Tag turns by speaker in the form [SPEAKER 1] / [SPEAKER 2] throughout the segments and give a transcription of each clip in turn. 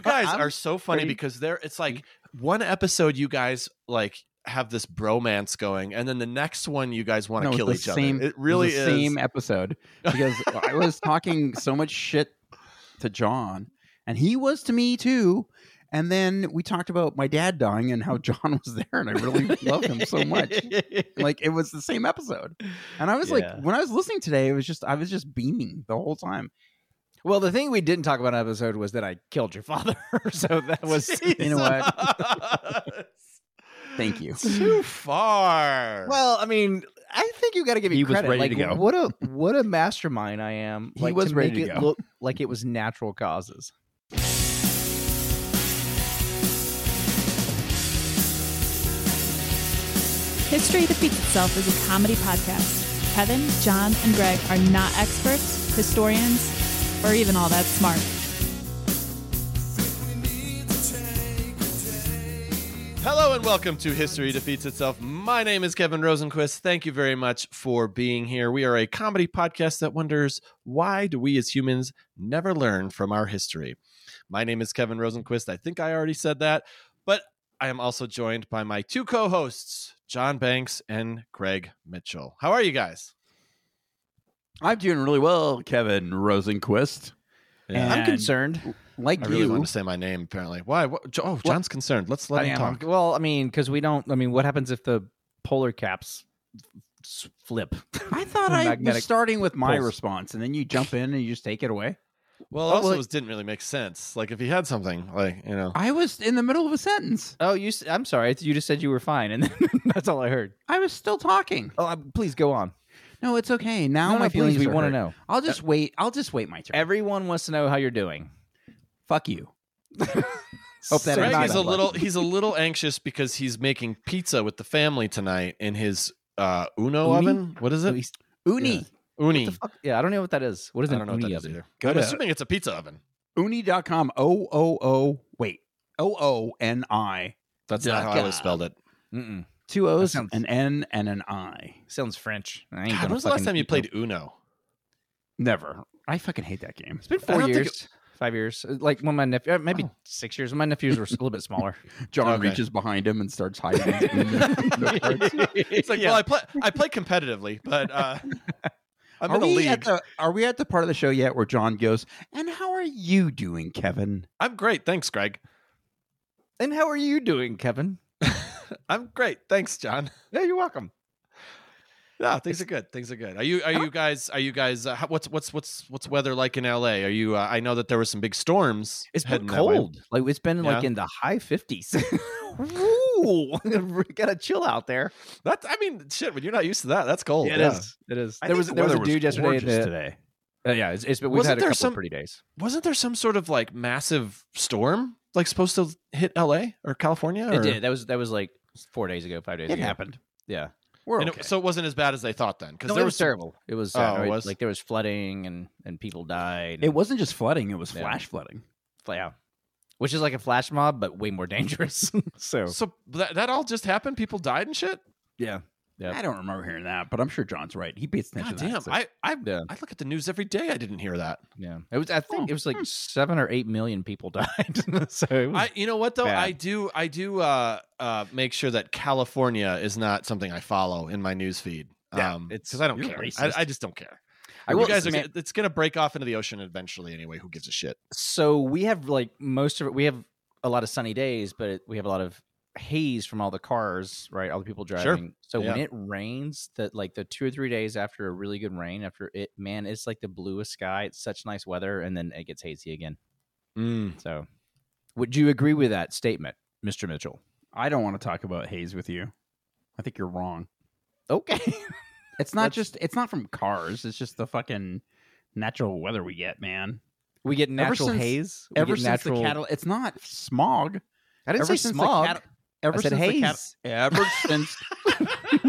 [SPEAKER 1] guys
[SPEAKER 2] I'm
[SPEAKER 1] are so funny
[SPEAKER 2] pretty-
[SPEAKER 1] because there it's like one episode you guys like have this bromance going, and then the next one you guys want to
[SPEAKER 2] No, it's
[SPEAKER 1] kill
[SPEAKER 2] the
[SPEAKER 1] each
[SPEAKER 2] same-
[SPEAKER 1] other. It
[SPEAKER 2] It
[SPEAKER 1] really
[SPEAKER 2] was
[SPEAKER 1] is.
[SPEAKER 2] the same episode because I was talking so much shit to John, and he was to me too. And then we talked about my dad dying and how John was there, and I really loved him so much. Like it was the same episode, and I was
[SPEAKER 1] Yeah.
[SPEAKER 2] like, when I was listening today, it was just I was just beaming the whole time.
[SPEAKER 3] Well, the thing we didn't talk about in the episode was that I killed your father. so that was
[SPEAKER 2] you know
[SPEAKER 1] what?
[SPEAKER 2] Thank you.
[SPEAKER 1] Too far.
[SPEAKER 3] Well, I mean, I think you got to give me
[SPEAKER 4] He was
[SPEAKER 3] credit.
[SPEAKER 4] ready
[SPEAKER 3] like,
[SPEAKER 4] to go.
[SPEAKER 3] What a what a mastermind I am.
[SPEAKER 2] He
[SPEAKER 3] like,
[SPEAKER 2] was
[SPEAKER 3] to
[SPEAKER 2] ready
[SPEAKER 3] make
[SPEAKER 2] to
[SPEAKER 3] it
[SPEAKER 2] go.
[SPEAKER 3] look like it was natural causes.
[SPEAKER 5] History Defeats Itself is a comedy podcast. Kevin, John, and Greg are not experts, historians, or even all that smart.
[SPEAKER 1] Hello and welcome to History Defeats Itself. My name is Kevin Rosenquist. Thank you very much for being here. We are a comedy podcast that wonders why do we as humans never learn from our history? My name is Kevin Rosenquist. I think I already said that, but I am also joined by my two co-hosts, John Banks and Greg Mitchell. How are you guys?
[SPEAKER 2] I'm doing really well, Kevin Rosenquist.
[SPEAKER 1] Yeah.
[SPEAKER 2] And
[SPEAKER 3] I'm concerned.
[SPEAKER 2] Like
[SPEAKER 1] I really
[SPEAKER 2] you,
[SPEAKER 1] wanted to say my name apparently. Why? What? Jo- Oh, John's concerned. Let's let
[SPEAKER 3] I
[SPEAKER 1] him
[SPEAKER 3] am.
[SPEAKER 1] talk.
[SPEAKER 3] Well, I mean, because we don't. I mean, what happens if the polar caps s- flip?
[SPEAKER 2] I thought I was
[SPEAKER 3] Magnetic
[SPEAKER 2] starting with my
[SPEAKER 3] pulse.
[SPEAKER 2] response, and then you jump in and you just take it away.
[SPEAKER 1] Well,
[SPEAKER 3] Oh,
[SPEAKER 1] also
[SPEAKER 3] well-
[SPEAKER 1] it didn't really make sense. Like if he had something, like, you know.
[SPEAKER 2] I was in the middle of a sentence.
[SPEAKER 3] Oh, you. s- I'm sorry. You just said you were fine, and then that's all I heard.
[SPEAKER 2] I was still talking.
[SPEAKER 3] Oh, um, please go on.
[SPEAKER 2] No, it's okay. Now
[SPEAKER 3] None of
[SPEAKER 2] my
[SPEAKER 3] my feelings
[SPEAKER 2] feelings
[SPEAKER 3] we
[SPEAKER 2] are
[SPEAKER 3] wanna
[SPEAKER 2] hurt.
[SPEAKER 3] know.
[SPEAKER 2] I'll just wait. I'll just wait my turn.
[SPEAKER 3] Everyone wants to know how you're doing.
[SPEAKER 2] Fuck you. Hope that
[SPEAKER 1] Greg
[SPEAKER 2] not
[SPEAKER 1] is a little he's a little anxious because he's making pizza with the family tonight in his uh uno
[SPEAKER 2] Uni?
[SPEAKER 1] oven. What is
[SPEAKER 3] At
[SPEAKER 1] it?
[SPEAKER 3] least-
[SPEAKER 2] uni.
[SPEAKER 1] Uni.
[SPEAKER 3] the fuck- Yeah, I don't know Oh, what that is. What is
[SPEAKER 1] I
[SPEAKER 3] an
[SPEAKER 1] don't know what that
[SPEAKER 3] uni
[SPEAKER 1] is
[SPEAKER 3] oven?
[SPEAKER 1] either.
[SPEAKER 2] Go
[SPEAKER 1] I'm
[SPEAKER 2] to-
[SPEAKER 1] assuming it's a pizza oven.
[SPEAKER 2] Uni.com. O O O. Wait. O O N I.
[SPEAKER 1] That's not how I would
[SPEAKER 2] Duh.
[SPEAKER 1] spelled it.
[SPEAKER 3] Mm-mm.
[SPEAKER 2] Two O's,
[SPEAKER 3] That sounds-
[SPEAKER 2] an N, and an I.
[SPEAKER 3] Sounds French. I ain't
[SPEAKER 1] God, when
[SPEAKER 3] gonna
[SPEAKER 1] was the last
[SPEAKER 3] fucking-
[SPEAKER 1] time you played Uno?
[SPEAKER 2] Never. I fucking hate that game.
[SPEAKER 3] It's been
[SPEAKER 1] I
[SPEAKER 3] four
[SPEAKER 1] don't think
[SPEAKER 3] years, Oh. five years. Uh, Like when my nephew, maybe six years. When my nephews were a little bit smaller.
[SPEAKER 2] John
[SPEAKER 1] Okay.
[SPEAKER 2] reaches behind him and starts hiding. his uni.
[SPEAKER 1] It's like, well, I play I play competitively, but uh I'm
[SPEAKER 2] are,
[SPEAKER 1] in a
[SPEAKER 2] we
[SPEAKER 1] league.
[SPEAKER 2] at the, are we at the part of the show yet where John goes, and how are you doing, Kevin?
[SPEAKER 1] I'm great. Thanks, Greg.
[SPEAKER 3] and how are you doing, Kevin?
[SPEAKER 1] I'm great. Thanks, John.
[SPEAKER 3] Yeah, you're welcome.
[SPEAKER 1] Yeah, things are good. Things are good. Are you are you guys are you guys uh, how- what's what's what's what's weather like in LA? Are you uh, I know that there were some big storms.
[SPEAKER 3] It's been
[SPEAKER 1] heading that way.
[SPEAKER 3] cold. Like it's been like
[SPEAKER 1] Yeah.
[SPEAKER 3] in the high fifties. Ooh, we gotta chill out there.
[SPEAKER 1] That's I mean shit when you're not used to that. That's cold.
[SPEAKER 3] Yeah,
[SPEAKER 1] yeah.
[SPEAKER 3] It is. It is.
[SPEAKER 2] I
[SPEAKER 3] there
[SPEAKER 2] think
[SPEAKER 3] was
[SPEAKER 2] the
[SPEAKER 3] there was a
[SPEAKER 2] weather
[SPEAKER 3] dude yesterday.
[SPEAKER 2] gorgeous
[SPEAKER 3] That,
[SPEAKER 2] today.
[SPEAKER 3] uh, yeah, it's, it's been, we've
[SPEAKER 1] Wasn't
[SPEAKER 3] had a
[SPEAKER 1] there
[SPEAKER 3] couple
[SPEAKER 1] some-
[SPEAKER 3] pretty days.
[SPEAKER 1] Wasn't there some sort of like massive storm like supposed to hit LA or California? Or?
[SPEAKER 3] It did. That was that was like four days ago, five days
[SPEAKER 2] It
[SPEAKER 3] ago.
[SPEAKER 2] happened.
[SPEAKER 3] Yeah.
[SPEAKER 2] We're
[SPEAKER 1] And
[SPEAKER 2] okay.
[SPEAKER 1] it- so it wasn't as bad as they thought then because
[SPEAKER 3] No,
[SPEAKER 1] there
[SPEAKER 3] it was
[SPEAKER 1] some-
[SPEAKER 3] terrible. It was,
[SPEAKER 1] Oh,
[SPEAKER 3] uh,
[SPEAKER 1] it
[SPEAKER 3] it-
[SPEAKER 1] was?
[SPEAKER 3] like there was flooding and and people died.
[SPEAKER 2] It wasn't just flooding, it was
[SPEAKER 3] Yeah.
[SPEAKER 2] flash flooding.
[SPEAKER 3] yeah, which is like a flash mob, but way more dangerous. so
[SPEAKER 1] So that, that all just happened. People died and shit.
[SPEAKER 3] yeah, Yep.
[SPEAKER 2] I don't remember hearing that, but I'm sure John's right. He pays attention
[SPEAKER 1] God
[SPEAKER 2] to
[SPEAKER 1] damn!
[SPEAKER 2] that.
[SPEAKER 1] I I,
[SPEAKER 3] Yeah.
[SPEAKER 1] I look at the news every day. I didn't hear that.
[SPEAKER 3] yeah. It was. I think
[SPEAKER 2] Oh,
[SPEAKER 3] it was like seven or eight million people died. so it was,
[SPEAKER 1] I you know what though
[SPEAKER 3] bad.
[SPEAKER 1] I do I do uh uh make sure that California is not something I follow in my news feed.
[SPEAKER 3] Yeah,
[SPEAKER 1] um,
[SPEAKER 3] it's-
[SPEAKER 1] because I don't
[SPEAKER 3] you're
[SPEAKER 1] care. I,
[SPEAKER 3] racist.
[SPEAKER 1] I just don't care.
[SPEAKER 3] I
[SPEAKER 1] you
[SPEAKER 3] will
[SPEAKER 1] guys are,
[SPEAKER 3] say-
[SPEAKER 1] gonna- it's gonna break off into the ocean eventually anyway. Who gives a shit?
[SPEAKER 3] so we have like most of it we have a lot of sunny days but we have a lot of haze from all the cars right all the people driving so when
[SPEAKER 1] Yeah.
[SPEAKER 3] it rains that like the two or three days after a really good rain after it man it's like the bluest sky it's such nice weather and then it gets hazy again so would you agree with that statement mr mitchell
[SPEAKER 2] I don't want to talk about haze with you. I think you're wrong.
[SPEAKER 3] okay
[SPEAKER 2] It's not
[SPEAKER 3] That's-
[SPEAKER 2] just it's not from cars, it's just the fucking natural weather we get, man.
[SPEAKER 3] we get natural
[SPEAKER 2] since-
[SPEAKER 3] haze we
[SPEAKER 2] Ever
[SPEAKER 3] get
[SPEAKER 2] since
[SPEAKER 3] natural
[SPEAKER 2] the cattle it's not smog.
[SPEAKER 3] i didn't
[SPEAKER 2] ever
[SPEAKER 3] say
[SPEAKER 2] since the
[SPEAKER 3] smog
[SPEAKER 2] catal- Ever
[SPEAKER 3] I said
[SPEAKER 2] since the cat-
[SPEAKER 3] haze.
[SPEAKER 2] ever since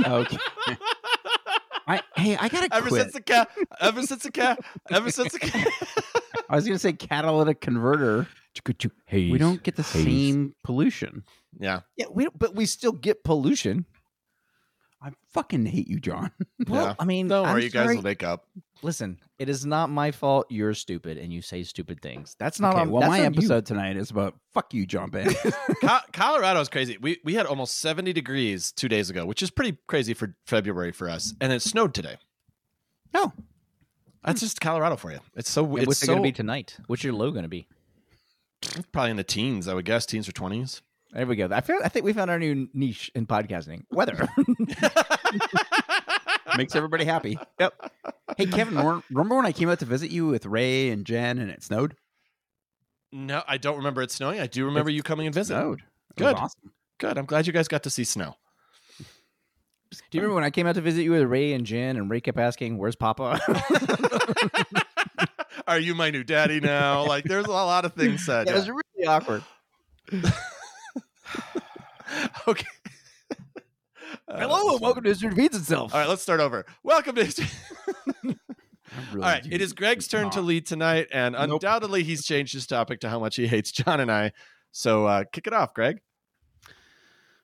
[SPEAKER 2] Okay. I hey, I gotta
[SPEAKER 1] Ever
[SPEAKER 2] quit.
[SPEAKER 1] since the cat, ever since the cat, ever since the cat.
[SPEAKER 2] I was gonna say catalytic converter.
[SPEAKER 3] haze
[SPEAKER 2] We don't get the same pollution.
[SPEAKER 1] Yeah,
[SPEAKER 3] yeah we don't, but we still get pollution
[SPEAKER 2] I fucking hate you, John.
[SPEAKER 3] Well,
[SPEAKER 1] Yeah.
[SPEAKER 3] I mean,
[SPEAKER 1] Don't
[SPEAKER 3] I'm
[SPEAKER 1] worry, you guys
[SPEAKER 3] sorry.
[SPEAKER 1] will make up.
[SPEAKER 3] Listen, it is not my fault. You're stupid, and you say stupid things. That's not
[SPEAKER 2] okay,
[SPEAKER 3] on.
[SPEAKER 2] well,
[SPEAKER 3] that's
[SPEAKER 2] my
[SPEAKER 3] on you.
[SPEAKER 2] episode tonight is about fuck you, John Band.
[SPEAKER 1] Co- Colorado's crazy. We we had almost 70 degrees two days ago, which is pretty crazy for February for us, and it snowed today.
[SPEAKER 2] Oh.
[SPEAKER 1] that's just Colorado for you. It's so
[SPEAKER 3] Hmm. And
[SPEAKER 1] it's
[SPEAKER 3] what's it
[SPEAKER 1] so
[SPEAKER 3] going to be tonight? What's your low going to be?
[SPEAKER 1] probably in the teens, I would guess, teens or twenties.
[SPEAKER 3] There we go. I feel, I think we found our new niche in podcasting. Weather.
[SPEAKER 2] Makes everybody happy. Yep. Hey, Kevin, remember- remember when I came out to visit you with Ray and Jen and it snowed?
[SPEAKER 1] No, I don't remember it snowing. I do remember you coming and visiting.
[SPEAKER 2] Snowed. It
[SPEAKER 1] Good.
[SPEAKER 2] was awesome.
[SPEAKER 1] Good. I'm glad you guys got to see snow.
[SPEAKER 3] Do you remember when I came out to visit you with Ray and Jen, and Ray kept asking, "Where's Papa?"
[SPEAKER 1] Are you my new daddy now? Like, there's a lot of things said.
[SPEAKER 3] it
[SPEAKER 1] Yeah.
[SPEAKER 3] was really awkward.
[SPEAKER 1] okay. Uh,
[SPEAKER 3] Hello and welcome to History Repeats Itself.
[SPEAKER 1] All right, let's start over. Welcome to history.
[SPEAKER 2] I really
[SPEAKER 1] All right,
[SPEAKER 2] do
[SPEAKER 1] it is Greg's turn to
[SPEAKER 2] not.
[SPEAKER 1] lead tonight, and
[SPEAKER 2] Nope.
[SPEAKER 1] undoubtedly he's changed his topic to how much he hates John and I. So uh, kick it off, Greg.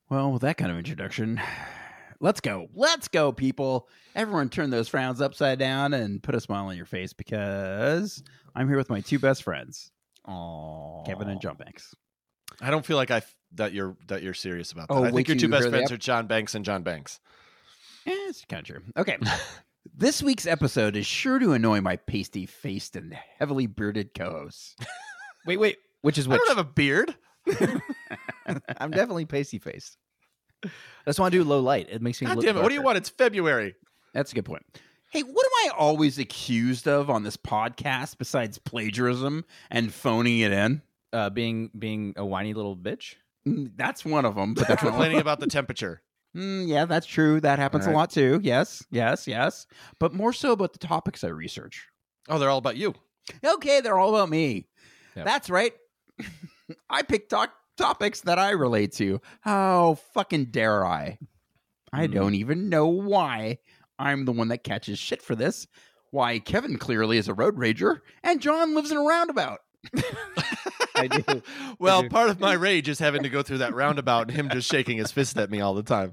[SPEAKER 2] Well, with that kind of introduction, let's go. Let's go, people. Everyone turn those frowns upside down and put a smile on your face because I'm here with my two best friends,
[SPEAKER 3] Aw.
[SPEAKER 2] Kevin and John Banks.
[SPEAKER 1] I don't feel like I f- that you're that you're serious about that.
[SPEAKER 2] Oh,
[SPEAKER 1] I think
[SPEAKER 2] wait
[SPEAKER 1] your
[SPEAKER 2] till
[SPEAKER 1] two
[SPEAKER 2] you
[SPEAKER 1] best
[SPEAKER 2] hear the
[SPEAKER 1] friends
[SPEAKER 2] ep-
[SPEAKER 1] are John Banks and John Banks.
[SPEAKER 2] Eh, it's kind of true. Okay. this week's episode is sure to annoy my pasty faced and heavily bearded co hosts.
[SPEAKER 3] Wait, wait. Which is
[SPEAKER 1] I
[SPEAKER 3] which?
[SPEAKER 1] don't have a beard.
[SPEAKER 3] I'm definitely pasty faced. I just want to do low light. It makes me.
[SPEAKER 1] God
[SPEAKER 3] look
[SPEAKER 1] damn it! What do you
[SPEAKER 3] darker.
[SPEAKER 1] want? It's February.
[SPEAKER 2] That's a good point. Hey, what am I always accused of on this podcast besides plagiarism and phoning it in?
[SPEAKER 3] Uh, being being a whiny little bitch.
[SPEAKER 2] Mm, That's one of them. But that's not
[SPEAKER 1] Complaining about the temperature.
[SPEAKER 2] Mm, yeah, that's true. That happens
[SPEAKER 3] All
[SPEAKER 2] a lot too. Yes, yes, yes. But more so about the topics I research.
[SPEAKER 1] Oh, they're all about you.
[SPEAKER 2] Okay, they're all about me.
[SPEAKER 3] Yep.
[SPEAKER 2] That's right. I pick to- topics that I relate to. How fucking dare I? I
[SPEAKER 3] Mm.
[SPEAKER 2] don't even know why I'm the one that catches shit for this. Why Kevin clearly is a road rager and John lives in a roundabout.
[SPEAKER 3] I do.
[SPEAKER 1] Well,
[SPEAKER 3] do.
[SPEAKER 1] part of my rage is having to go through that roundabout and him just shaking his fist at me all the time.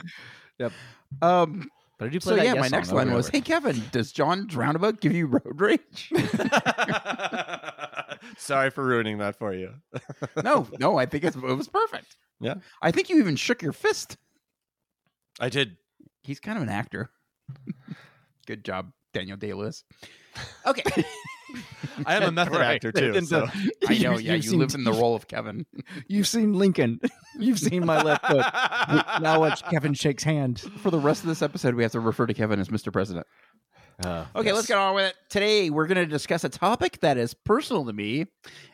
[SPEAKER 2] Um,
[SPEAKER 3] But I do play
[SPEAKER 2] so
[SPEAKER 3] that
[SPEAKER 2] yeah,
[SPEAKER 3] Yes
[SPEAKER 2] my
[SPEAKER 3] song
[SPEAKER 2] next
[SPEAKER 3] over
[SPEAKER 2] line
[SPEAKER 3] and
[SPEAKER 2] was,
[SPEAKER 3] over.
[SPEAKER 2] "Hey Kevin, does John's roundabout give you road rage?"
[SPEAKER 1] Sorry for ruining that for you.
[SPEAKER 2] no, no, I think it's, it was perfect.
[SPEAKER 1] Yeah.
[SPEAKER 2] I think you even shook your fist.
[SPEAKER 1] I did.
[SPEAKER 2] He's kind of an actor. Good job, Daniel Day Lewis. Okay.
[SPEAKER 1] I am a method
[SPEAKER 3] Right.
[SPEAKER 1] actor too.
[SPEAKER 3] Didn't
[SPEAKER 1] So.
[SPEAKER 3] the-
[SPEAKER 2] I know.
[SPEAKER 3] You've-
[SPEAKER 2] Yeah,
[SPEAKER 3] you've
[SPEAKER 2] you
[SPEAKER 3] seen-
[SPEAKER 2] lived in the role of Kevin.
[SPEAKER 3] You've seen Lincoln. You've seen my left foot. now watch Kevin shakes hand.
[SPEAKER 2] For the rest of this episode, we have to refer to Kevin as Mr. President.
[SPEAKER 3] Uh,
[SPEAKER 2] Okay, let's get on with it. Today, we're going to discuss a topic that is personal to me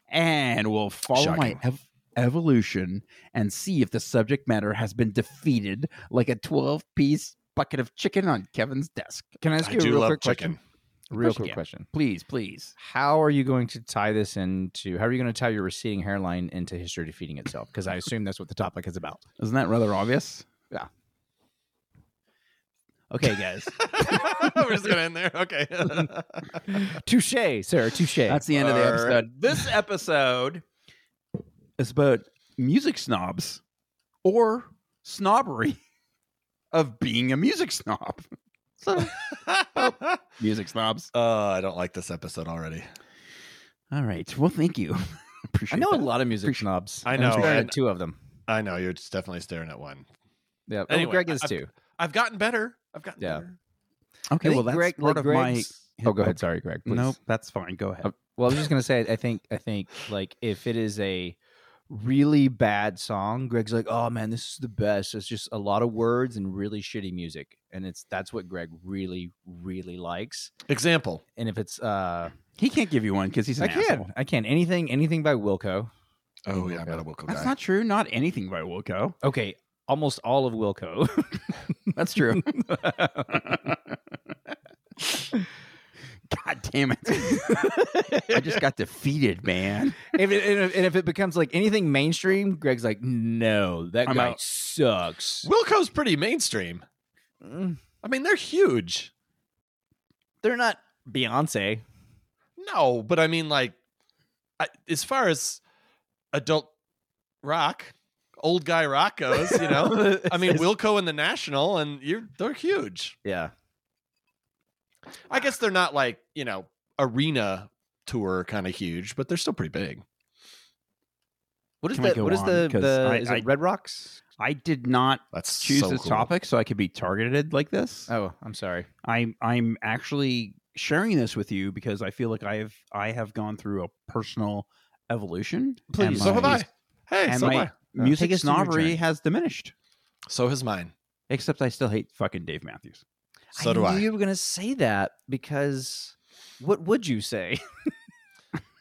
[SPEAKER 2] and will follow
[SPEAKER 1] Shocking.
[SPEAKER 2] my ev- evolution and see if the subject matter has been defeated like a 12 piece bucket of chicken on Kevin's desk.
[SPEAKER 3] Can I ask
[SPEAKER 1] I
[SPEAKER 3] you a
[SPEAKER 1] do
[SPEAKER 3] real
[SPEAKER 1] love
[SPEAKER 3] quick
[SPEAKER 1] chicken.
[SPEAKER 3] question? Real
[SPEAKER 2] course you
[SPEAKER 3] quick
[SPEAKER 2] can.
[SPEAKER 3] question.
[SPEAKER 2] Please, please.
[SPEAKER 3] How are you going to tie this into? How are you going to tie your receding hairline into history defeating itself? Because I assume that's what the topic is about.
[SPEAKER 2] Isn't that rather obvious?
[SPEAKER 3] Yeah.
[SPEAKER 2] Okay, guys.
[SPEAKER 1] We're just gonna end there. Okay.
[SPEAKER 3] Touche, sir. Touche.
[SPEAKER 2] That's the end of the
[SPEAKER 1] All
[SPEAKER 2] episode. This episode is about music snobs or snobbery of being a music snob. So,
[SPEAKER 1] oh,
[SPEAKER 2] music snobs.
[SPEAKER 1] I don't like this episode already.
[SPEAKER 2] All right. Well, thank you.
[SPEAKER 3] I
[SPEAKER 2] Appreciate
[SPEAKER 3] know a
[SPEAKER 2] that.
[SPEAKER 3] lot of music snobs.
[SPEAKER 1] I
[SPEAKER 3] and I'm
[SPEAKER 1] know,
[SPEAKER 3] staring at
[SPEAKER 1] and-
[SPEAKER 3] two of them.
[SPEAKER 1] I know you're just definitely staring at one.
[SPEAKER 3] Yeah.
[SPEAKER 1] Anyway,
[SPEAKER 3] oh, Greg is
[SPEAKER 1] I've-
[SPEAKER 3] too.
[SPEAKER 1] I've gotten better. I've gotten
[SPEAKER 3] Yeah.
[SPEAKER 1] better.
[SPEAKER 2] Okay, well, that's
[SPEAKER 3] Greg,
[SPEAKER 2] part of
[SPEAKER 3] like
[SPEAKER 2] my.
[SPEAKER 3] Greg's- Oh, go ahead. Sorry, Greg. Please.
[SPEAKER 2] Nope, that's fine. Go ahead.
[SPEAKER 3] Uh, Well, I was just gonna say, I think, I think, like, if it is a really bad song, Greg's like, "Oh man, this is the best." It's just a lot of words and really shitty music, and it's that's what Greg really, really likes.
[SPEAKER 1] Example.
[SPEAKER 3] And if it's, uh
[SPEAKER 2] He can't give you one because he's an
[SPEAKER 3] I
[SPEAKER 2] asshole.
[SPEAKER 3] can, I can anything, anything by Wilco.
[SPEAKER 1] Oh yeah, I'm not a Wilco
[SPEAKER 2] That's
[SPEAKER 1] guy.
[SPEAKER 2] not true. Not anything by Wilco.
[SPEAKER 3] Okay, almost all of Wilco.
[SPEAKER 2] That's true. God damn it. I just got defeated, man.
[SPEAKER 3] if it, and, if, and if it becomes like anything mainstream, Greg's like, "No, that
[SPEAKER 2] I'm
[SPEAKER 3] guy
[SPEAKER 2] out."
[SPEAKER 3] sucks."
[SPEAKER 1] Wilco's pretty mainstream.
[SPEAKER 3] Mm,
[SPEAKER 1] I mean, they're huge.
[SPEAKER 3] They're not Beyonce.
[SPEAKER 1] No, but I mean, like, I, as far as adult rock, old guy Rocco's, you know. I mean, Wilco and the National, and you're they're huge.
[SPEAKER 3] yeah.
[SPEAKER 1] I guess they're not like you know arena tour kind of huge, but they're still pretty big.
[SPEAKER 3] What is
[SPEAKER 2] Can we
[SPEAKER 3] the
[SPEAKER 2] go
[SPEAKER 3] what is
[SPEAKER 2] on?
[SPEAKER 3] the,
[SPEAKER 2] 'Cause
[SPEAKER 3] the
[SPEAKER 2] I-
[SPEAKER 3] is
[SPEAKER 2] I-
[SPEAKER 3] it Red Rocks?
[SPEAKER 2] I did not
[SPEAKER 1] That's
[SPEAKER 2] choose
[SPEAKER 1] so
[SPEAKER 2] this
[SPEAKER 1] cool.
[SPEAKER 2] topic so I could be targeted like this.
[SPEAKER 3] Oh, I'm sorry.
[SPEAKER 2] I'm I'm actually sharing this with you because I feel like I've I have gone through a personal evolution. and
[SPEAKER 1] So have
[SPEAKER 2] my-
[SPEAKER 1] I. Hey,
[SPEAKER 2] And
[SPEAKER 1] so have
[SPEAKER 2] my
[SPEAKER 1] I.
[SPEAKER 2] music
[SPEAKER 3] Uh, Take us through your
[SPEAKER 2] snobbery
[SPEAKER 3] journey.
[SPEAKER 2] has diminished.
[SPEAKER 1] So has mine.
[SPEAKER 2] Except I still hate fucking Dave Matthews.
[SPEAKER 1] So do
[SPEAKER 3] knew
[SPEAKER 1] I.
[SPEAKER 3] You were gonna say that because what would you say?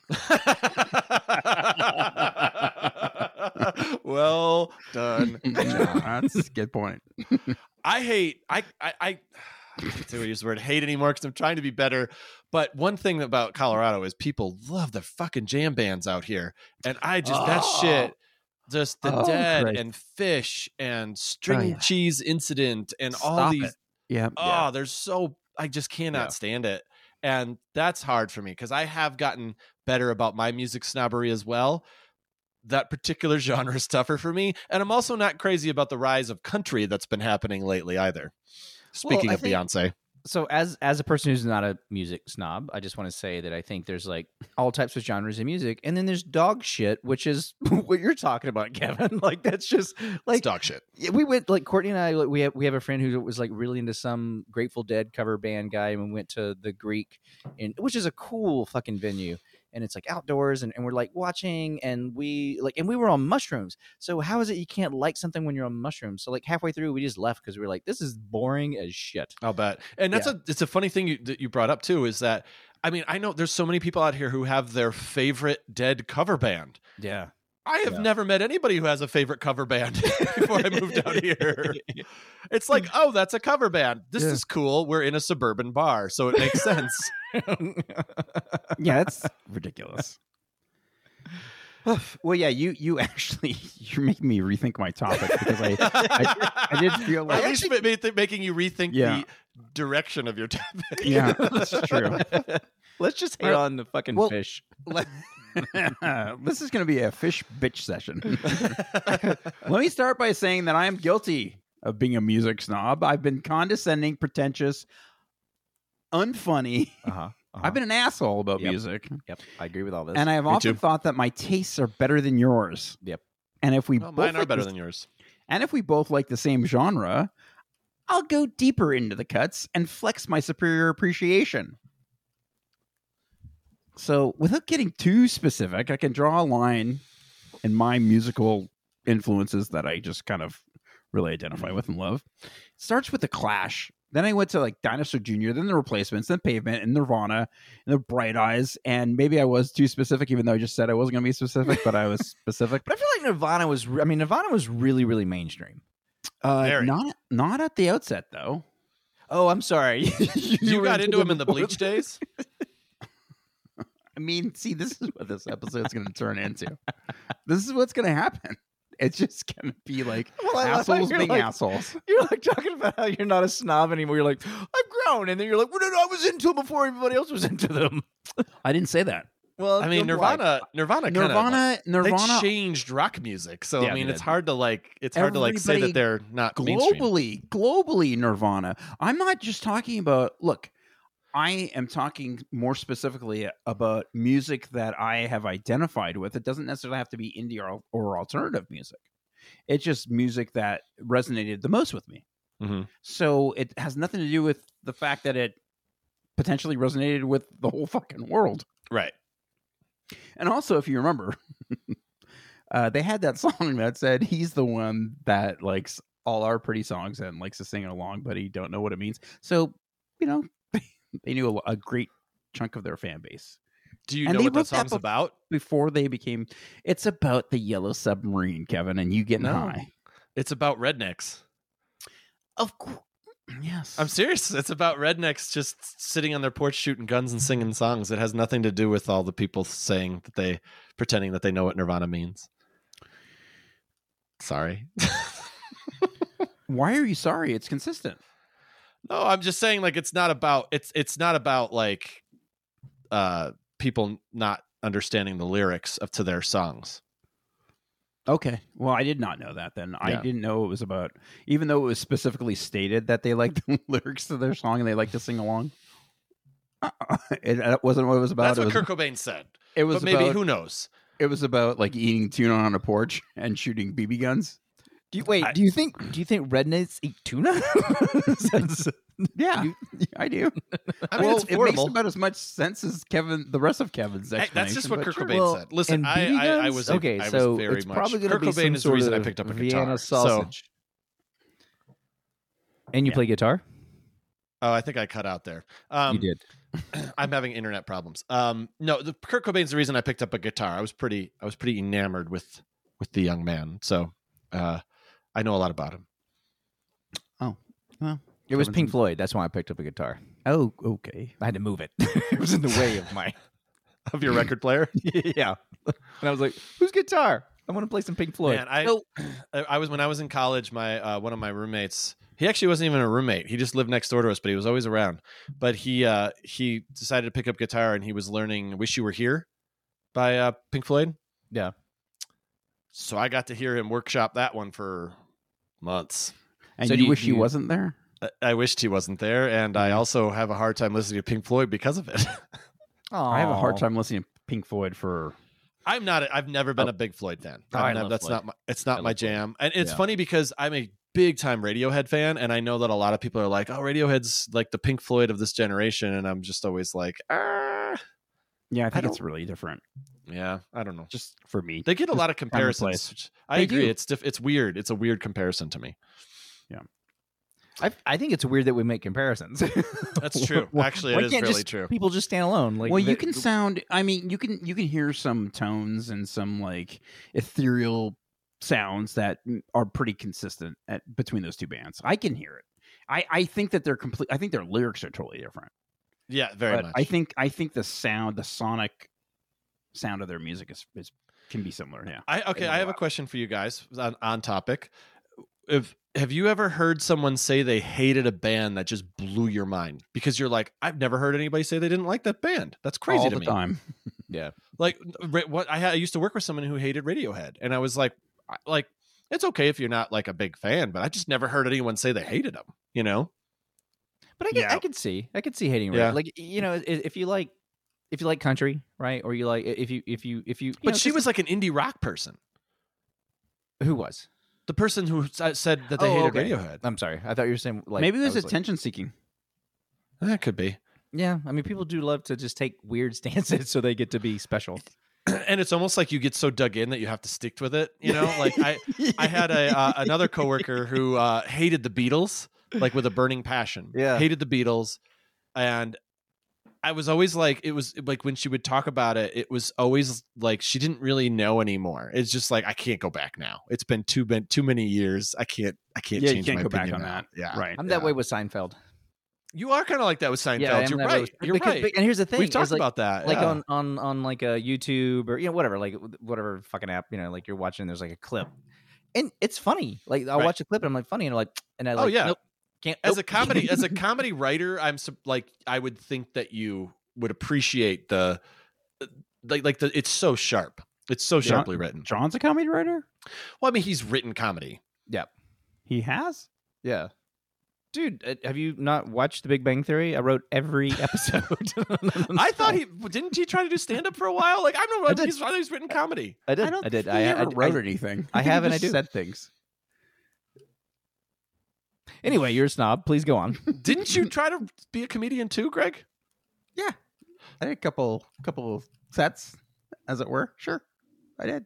[SPEAKER 1] well done.
[SPEAKER 2] That's a good point.
[SPEAKER 1] I hate. I I. I I can't say we use the word hate anymore because I'm trying to be better. But one thing about Colorado is people love their fucking jam bands out here, and I just that
[SPEAKER 2] Oh.
[SPEAKER 1] shit, just the
[SPEAKER 2] Oh,
[SPEAKER 1] dead
[SPEAKER 2] great. Oh,
[SPEAKER 1] and fish and string
[SPEAKER 2] yeah.
[SPEAKER 1] cheese incident and all
[SPEAKER 2] Stop
[SPEAKER 1] these.
[SPEAKER 2] it. Yeah.
[SPEAKER 1] Oh, they're so I just cannot
[SPEAKER 3] Yeah.
[SPEAKER 1] stand it. And that's hard for me because I have gotten better about my music snobbery as well. That particular genre is tougher for me. And I'm also not crazy about the rise of country that's been happening lately either. Speaking
[SPEAKER 3] I
[SPEAKER 1] of
[SPEAKER 3] think-
[SPEAKER 1] Beyonce.
[SPEAKER 3] so as as a person who's not a music snob, I just want to say that I think there's like all types of genres of music, and then there's dog shit, which is what you're talking about, Kevin. Like that's just
[SPEAKER 1] It's
[SPEAKER 3] like
[SPEAKER 1] dog shit.
[SPEAKER 3] Yeah, we went like Courtney and I. Like, we have we have a friend who was like really into some Grateful Dead cover band guy, and we went to the Greek, and which is a cool fucking venue, and it's like outdoors, and, and we're like watching, and we like, and we were on mushrooms. So how is it you can't like something when you're on mushrooms? So like halfway through, we just left because we were like, this is boring as shit.
[SPEAKER 1] I'll bet. And that's a it's a funny thing you, that you brought up too is that I mean, I know there's so many people out here who have their favorite dead cover band.
[SPEAKER 3] Yeah,
[SPEAKER 1] I have
[SPEAKER 3] Yeah.
[SPEAKER 1] never met anybody who has a favorite cover band before I moved out here. It's like, oh, that's a cover band. This
[SPEAKER 2] Yeah.
[SPEAKER 1] is cool. We're in a suburban bar, so it makes sense.
[SPEAKER 2] yeah, that's ridiculous. Oof. well, yeah, you you actually you're making me rethink my topic because I I- I did feel
[SPEAKER 1] Or at
[SPEAKER 2] like-
[SPEAKER 1] least ma- ma- th- making you rethink
[SPEAKER 2] Yeah.
[SPEAKER 1] the direction of your topic.
[SPEAKER 2] yeah, that's true.
[SPEAKER 3] let's just hate
[SPEAKER 2] Or-
[SPEAKER 3] on the fucking
[SPEAKER 2] well-
[SPEAKER 3] fish.
[SPEAKER 2] this is going to be a fish bitch session. Let me start by saying that I am guilty of being a music snob. I've been condescending, pretentious, unfunny.
[SPEAKER 3] Uh huh.
[SPEAKER 2] I've been an asshole about
[SPEAKER 3] Yep.
[SPEAKER 2] music.
[SPEAKER 3] Yep, I agree with all this.
[SPEAKER 2] And I have
[SPEAKER 1] Me
[SPEAKER 2] often
[SPEAKER 1] too.
[SPEAKER 2] thought that my tastes are better than yours.
[SPEAKER 3] Yep.
[SPEAKER 2] And if we
[SPEAKER 1] Well,
[SPEAKER 2] both
[SPEAKER 1] mine are
[SPEAKER 2] like
[SPEAKER 1] better
[SPEAKER 2] the-
[SPEAKER 1] than yours.
[SPEAKER 2] and if we both like the same genre, I'll go deeper into the cuts and flex my superior appreciation. So, without getting too specific, I can draw a line in my musical influences that I just kind of really identify with and love. It starts with the Clash. Then I went to like Dinosaur Jr., then the Replacements, then Pavement, and Nirvana, and the Bright Eyes. And maybe I was too specific, even though I just said I wasn't going to be specific, but I was specific.
[SPEAKER 3] but I feel like Nirvana was. Re- I mean, Nirvana was really, really mainstream.
[SPEAKER 2] Uh,
[SPEAKER 1] Very.
[SPEAKER 2] not not at the outset though.
[SPEAKER 3] Oh, I'm sorry.
[SPEAKER 1] You,
[SPEAKER 3] were
[SPEAKER 1] got into
[SPEAKER 3] them
[SPEAKER 1] him in the
[SPEAKER 3] before
[SPEAKER 1] bleach days?
[SPEAKER 2] I mean, see, this is what this episode's going to turn into. This is what's going to happen. It's just going to be like
[SPEAKER 3] Well, I love how
[SPEAKER 2] assholes
[SPEAKER 3] you're
[SPEAKER 2] being
[SPEAKER 3] like-
[SPEAKER 2] assholes.
[SPEAKER 3] You're like talking about how you're not a snob anymore. You're like, I've grown, and then you're like, well, no, no, I was into them before everybody else was into them.
[SPEAKER 2] I didn't say that.
[SPEAKER 3] Well,
[SPEAKER 1] I mean,
[SPEAKER 3] you're right.
[SPEAKER 1] Nirvana, Nirvana, kinda, like,
[SPEAKER 2] Nirvana, Nirvana,
[SPEAKER 1] they changed rock music. So
[SPEAKER 3] Yeah,
[SPEAKER 1] I
[SPEAKER 3] they
[SPEAKER 1] mean, it's
[SPEAKER 3] did.
[SPEAKER 1] hard to like, it's hard to like say that
[SPEAKER 2] Everybody
[SPEAKER 1] they're not mainstream.
[SPEAKER 2] globally, globally, Nirvana. I'm not just talking about. Look, I am talking more specifically about music that I have identified with. It doesn't necessarily have to be indie or, or alternative music. It's just music that resonated the most with me.
[SPEAKER 1] Mhm.
[SPEAKER 2] So it has nothing to do with the fact that it potentially resonated with the whole fucking world.
[SPEAKER 1] Right.
[SPEAKER 2] And also, if you remember, uh, they had that song that said he's the one that likes all our pretty songs and likes to sing along, but he don't know what it means. So, you know, they knew a, lo- a great chunk of their fan base
[SPEAKER 1] Do you
[SPEAKER 2] And
[SPEAKER 1] know
[SPEAKER 2] they
[SPEAKER 1] what that
[SPEAKER 2] wrote that
[SPEAKER 1] song's
[SPEAKER 2] bef-
[SPEAKER 1] about?
[SPEAKER 2] before they became. It's about the yellow submarine, Kevin, and you getting
[SPEAKER 1] No.
[SPEAKER 2] high.
[SPEAKER 1] It's about rednecks.
[SPEAKER 2] Of course, yes.
[SPEAKER 1] I'm serious. It's about rednecks just sitting on their porch shooting guns and singing songs. It has nothing to do with all the people saying that they pretending that they know what Nirvana means. Sorry.
[SPEAKER 2] Why are you sorry? It's consistent.
[SPEAKER 1] no, I'm just saying like it's not about it's it's not about like uh people not understanding the lyrics of to their songs.
[SPEAKER 2] Okay. Well, I did not know that then.
[SPEAKER 1] Yeah.
[SPEAKER 2] I didn't know it was about, even though it was specifically stated that they liked the lyrics to their song and they like to sing along. Uh-uh. It, that wasn't what it was about.
[SPEAKER 1] That's
[SPEAKER 2] it
[SPEAKER 1] what
[SPEAKER 2] was,
[SPEAKER 1] Kurt Cobain said.
[SPEAKER 2] it was
[SPEAKER 1] But maybe
[SPEAKER 2] about,
[SPEAKER 1] who knows?
[SPEAKER 2] it was about like eating tuna on a porch and shooting BB guns.
[SPEAKER 3] Do you, wait,
[SPEAKER 1] I-
[SPEAKER 3] do you think do you think rednecks eat tuna? That's-
[SPEAKER 2] Yeah,
[SPEAKER 3] You-
[SPEAKER 2] I do.
[SPEAKER 1] I mean,
[SPEAKER 2] well,
[SPEAKER 1] it's
[SPEAKER 2] it makes
[SPEAKER 1] horrible.
[SPEAKER 2] about as much sense as Kevin, the rest of Kevin's
[SPEAKER 1] Hey,
[SPEAKER 2] explanation.
[SPEAKER 1] that's just what
[SPEAKER 2] but
[SPEAKER 1] Kurt
[SPEAKER 2] sure.
[SPEAKER 1] Cobain
[SPEAKER 3] Well,
[SPEAKER 1] said. Listen,
[SPEAKER 3] and
[SPEAKER 1] I,
[SPEAKER 3] BB
[SPEAKER 1] I, I
[SPEAKER 3] guns?
[SPEAKER 1] was a-
[SPEAKER 3] okay.
[SPEAKER 1] I was
[SPEAKER 3] so
[SPEAKER 1] very
[SPEAKER 3] it's
[SPEAKER 1] much.
[SPEAKER 3] probably going to
[SPEAKER 1] Kurt
[SPEAKER 3] be
[SPEAKER 1] Cobain
[SPEAKER 3] some
[SPEAKER 1] is the
[SPEAKER 3] sort
[SPEAKER 1] reason I
[SPEAKER 3] of
[SPEAKER 1] picked up a guitar.
[SPEAKER 3] Vienna
[SPEAKER 1] So-
[SPEAKER 3] sausage. And you
[SPEAKER 2] Yeah.
[SPEAKER 3] play guitar?
[SPEAKER 1] Oh, I think I cut out there. Um,
[SPEAKER 3] you did.
[SPEAKER 1] I'm having internet problems. Um, no, the, Kurt Cobain's the reason I picked up a guitar. I was pretty, I was pretty enamored with with the young man. So, uh, I know a lot about him.
[SPEAKER 3] It was
[SPEAKER 2] Kevin's
[SPEAKER 3] Pink
[SPEAKER 2] in-
[SPEAKER 3] Floyd. That's why I picked up a guitar.
[SPEAKER 2] Oh, okay.
[SPEAKER 3] I had to move it. it was in the way of my
[SPEAKER 1] Of your record player,
[SPEAKER 3] yeah. And I was like, "Whose guitar? I want to play some Pink Floyd."
[SPEAKER 1] Man, I,
[SPEAKER 3] No.
[SPEAKER 1] I I was when I was in college. My uh, one of my roommates. He actually wasn't even a roommate. He just lived next door to us, but he was always around. But he uh, he decided to pick up guitar, and he was learning "Wish You Were Here" by uh, Pink Floyd.
[SPEAKER 3] Yeah.
[SPEAKER 1] So I got to hear him workshop that one for months.
[SPEAKER 2] And
[SPEAKER 3] So
[SPEAKER 2] you
[SPEAKER 3] do you-
[SPEAKER 2] wish
[SPEAKER 3] do
[SPEAKER 2] he
[SPEAKER 3] you-
[SPEAKER 2] wasn't there?
[SPEAKER 1] I- I wished he wasn't there, and I also have a hard time listening to Pink Floyd because of it.
[SPEAKER 2] I have a hard
[SPEAKER 3] Aw.
[SPEAKER 2] time listening to Pink Floyd for.
[SPEAKER 1] I'm not. a- I've never been a big Floyd fan.
[SPEAKER 3] Oh,
[SPEAKER 1] I've
[SPEAKER 3] I
[SPEAKER 1] nev-
[SPEAKER 3] love
[SPEAKER 1] that's
[SPEAKER 3] Floyd.
[SPEAKER 1] not. My, it's
[SPEAKER 3] I
[SPEAKER 1] not my
[SPEAKER 3] love Floyd.
[SPEAKER 1] jam. And it's
[SPEAKER 3] Yeah.
[SPEAKER 1] funny because I'm a big time Radiohead fan, and I know that a lot of people are like, "Oh, Radiohead's like the Pink Floyd of this generation," and I'm just always like, "Ah,
[SPEAKER 2] Yeah, I think it's
[SPEAKER 1] don't-
[SPEAKER 2] really different.
[SPEAKER 1] yeah, I don't know."
[SPEAKER 2] Just for me.
[SPEAKER 1] They get a
[SPEAKER 2] Just
[SPEAKER 1] lot of
[SPEAKER 2] and place.
[SPEAKER 1] comparisons. which- I
[SPEAKER 3] They
[SPEAKER 1] agree.
[SPEAKER 3] do.
[SPEAKER 1] It's diff- it's weird. It's a weird comparison to me.
[SPEAKER 3] I, I think it's weird that we make comparisons.
[SPEAKER 1] That's true.
[SPEAKER 3] Why-
[SPEAKER 1] Actually,
[SPEAKER 3] why
[SPEAKER 1] it is
[SPEAKER 3] can't
[SPEAKER 1] really
[SPEAKER 3] just
[SPEAKER 1] true.
[SPEAKER 3] People just stand alone. Like,
[SPEAKER 2] well, you
[SPEAKER 3] the-
[SPEAKER 2] can sound. I mean, you can you can hear some tones and some like ethereal sounds that are pretty consistent at, between those two bands. I can hear it. I I think that they're complete. I think their lyrics are totally different.
[SPEAKER 1] Yeah, very
[SPEAKER 2] but
[SPEAKER 1] much.
[SPEAKER 2] I think I think the sound, the sonic sound of their music is, is can be similar. Yeah.
[SPEAKER 1] I okay,
[SPEAKER 2] in a
[SPEAKER 1] I have a
[SPEAKER 2] while.
[SPEAKER 1] question for you guys on, on topic. If have you ever heard someone say they hated a band that just blew your mind? Because you're like, I've never heard anybody say they didn't like that band. That's crazy
[SPEAKER 2] All
[SPEAKER 1] to
[SPEAKER 2] the
[SPEAKER 1] me.
[SPEAKER 2] time.
[SPEAKER 1] Like ra- what I, had, I used to work with someone who hated Radiohead, and I was like, I- like it's okay if you're not like a big fan, but I just never heard anyone say they hated them. You know?
[SPEAKER 3] But I could,
[SPEAKER 2] Yeah.
[SPEAKER 3] I could see, I could see hating.
[SPEAKER 1] Yeah.
[SPEAKER 3] Yeah. Like you know, i- if you like, if you like country, right, or you like, if you, if you, if you. you
[SPEAKER 1] But
[SPEAKER 3] know,
[SPEAKER 1] she
[SPEAKER 3] 'cause-
[SPEAKER 1] was like an indie rock person.
[SPEAKER 3] who was?
[SPEAKER 1] The person who s- uh, said that they
[SPEAKER 3] Oh,
[SPEAKER 1] hated
[SPEAKER 3] okay.
[SPEAKER 1] Radiohead.
[SPEAKER 3] I'm sorry, I thought you were saying like
[SPEAKER 2] Maybe it
[SPEAKER 3] I
[SPEAKER 2] was,
[SPEAKER 3] like-
[SPEAKER 2] attention seeking.
[SPEAKER 1] That could be.
[SPEAKER 3] yeah, I mean, people do love to just take weird stances so they get to be special.
[SPEAKER 1] and it's almost like you get so dug in that you have to stick with it. You know, like I, I had a uh, another coworker who uh, hated the Beatles, like with a burning passion.
[SPEAKER 3] Yeah.
[SPEAKER 1] hated the Beatles, and I was always like, it was like when she would talk about it, it was always like she didn't really know anymore. It's just like I can't go back now. It's been too been too many years. I can't I can't
[SPEAKER 2] Yeah, you
[SPEAKER 1] change
[SPEAKER 2] can't
[SPEAKER 1] my
[SPEAKER 2] go back
[SPEAKER 1] opinion
[SPEAKER 2] on
[SPEAKER 1] now.
[SPEAKER 2] that.
[SPEAKER 1] Yeah,
[SPEAKER 2] Right.
[SPEAKER 3] I'm that
[SPEAKER 1] Yeah.
[SPEAKER 3] way with Seinfeld.
[SPEAKER 1] You are kind of like that with Seinfeld.
[SPEAKER 3] Yeah, I am
[SPEAKER 1] You're
[SPEAKER 3] that way
[SPEAKER 1] right.
[SPEAKER 3] with-
[SPEAKER 1] You're
[SPEAKER 3] because-
[SPEAKER 1] right.
[SPEAKER 3] but- and here's the thing:
[SPEAKER 1] We've talked
[SPEAKER 3] is, like,
[SPEAKER 1] about that.
[SPEAKER 3] like
[SPEAKER 1] yeah.
[SPEAKER 3] on on on like a YouTube or you know whatever like w- whatever fucking app you know like you're watching there's like a clip and it's funny like I'll
[SPEAKER 1] Right.
[SPEAKER 3] watch a clip and I'm like funny and I'm like and I
[SPEAKER 1] Oh,
[SPEAKER 3] like
[SPEAKER 1] yeah.
[SPEAKER 3] nope, can't
[SPEAKER 1] as a
[SPEAKER 3] nope.
[SPEAKER 1] comedy as a comedy writer i'm sup- like i would think that you would appreciate the uh, like like the it's so sharp it's so
[SPEAKER 2] Yeah.
[SPEAKER 1] sharply written
[SPEAKER 2] John's a comedy writer.
[SPEAKER 1] well i mean he's written comedy
[SPEAKER 2] He has.
[SPEAKER 3] yeah dude uh, have you not watched The Big Bang Theory I wrote every episode
[SPEAKER 1] i thought he didn't he try to do stand-up for a while like i don't know
[SPEAKER 3] I did.
[SPEAKER 1] he's, I think he's written
[SPEAKER 2] Uh,
[SPEAKER 1] comedy
[SPEAKER 3] I did
[SPEAKER 2] I don't
[SPEAKER 3] I did
[SPEAKER 2] think
[SPEAKER 3] I,
[SPEAKER 2] he
[SPEAKER 3] I,
[SPEAKER 2] ever
[SPEAKER 3] I-
[SPEAKER 2] wrote anything.
[SPEAKER 3] I
[SPEAKER 2] think he
[SPEAKER 3] have and
[SPEAKER 2] just
[SPEAKER 3] I do.
[SPEAKER 2] said things.
[SPEAKER 3] anyway you're a snob please go on
[SPEAKER 1] didn't you try to be a comedian too greg
[SPEAKER 2] I did a couple couple of sets, as it were. Sure, I did.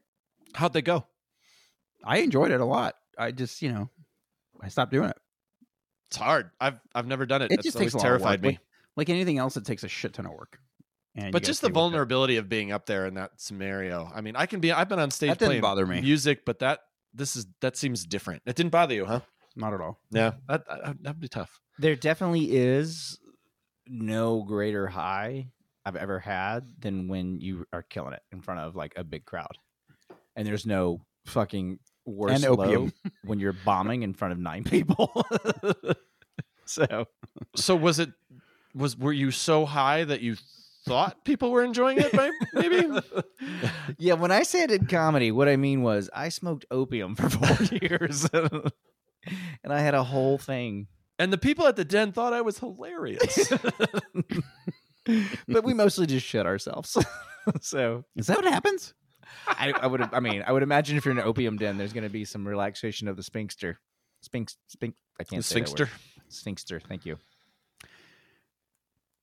[SPEAKER 1] how'd they go
[SPEAKER 2] I enjoyed it a lot. I just you know, I stopped doing it.
[SPEAKER 1] it's hard i've i've never done it,
[SPEAKER 2] It
[SPEAKER 1] It's
[SPEAKER 2] just
[SPEAKER 1] always
[SPEAKER 2] takes a lot of
[SPEAKER 1] terrified
[SPEAKER 2] work,
[SPEAKER 1] me
[SPEAKER 2] Like anything else, it takes a shit ton of work. And
[SPEAKER 1] but
[SPEAKER 2] you gotta
[SPEAKER 1] just the
[SPEAKER 2] stay with it.
[SPEAKER 1] vulnerability of being up there in that scenario i mean i can be i've been on stage
[SPEAKER 2] That didn't
[SPEAKER 1] playing
[SPEAKER 2] bother me.
[SPEAKER 1] music but that this is that seems different it didn't bother you huh
[SPEAKER 2] Not at all.
[SPEAKER 1] yeah that, that that'd be tough
[SPEAKER 3] there definitely is no greater high I've ever had than when you are killing it in front of like a big crowd. And there's no fucking worse
[SPEAKER 2] And opium.
[SPEAKER 3] low when you're bombing in front of nine people. so
[SPEAKER 1] so was it was were you so high that you thought people were enjoying it, by- maybe.
[SPEAKER 3] yeah, when I said in comedy, what I mean was I smoked opium for four years, and I had a whole thing.
[SPEAKER 1] And the people at the den thought I was hilarious.
[SPEAKER 3] but we mostly just shit ourselves. so
[SPEAKER 2] Is that what happens?
[SPEAKER 3] I, I would, I mean, I would imagine if you're in an opium den, there's going to be some relaxation of the sphincter. Sphinx, sphinx. I
[SPEAKER 1] The
[SPEAKER 3] can't say that
[SPEAKER 1] sphinxter.
[SPEAKER 3] word. Sphincter. Thank you.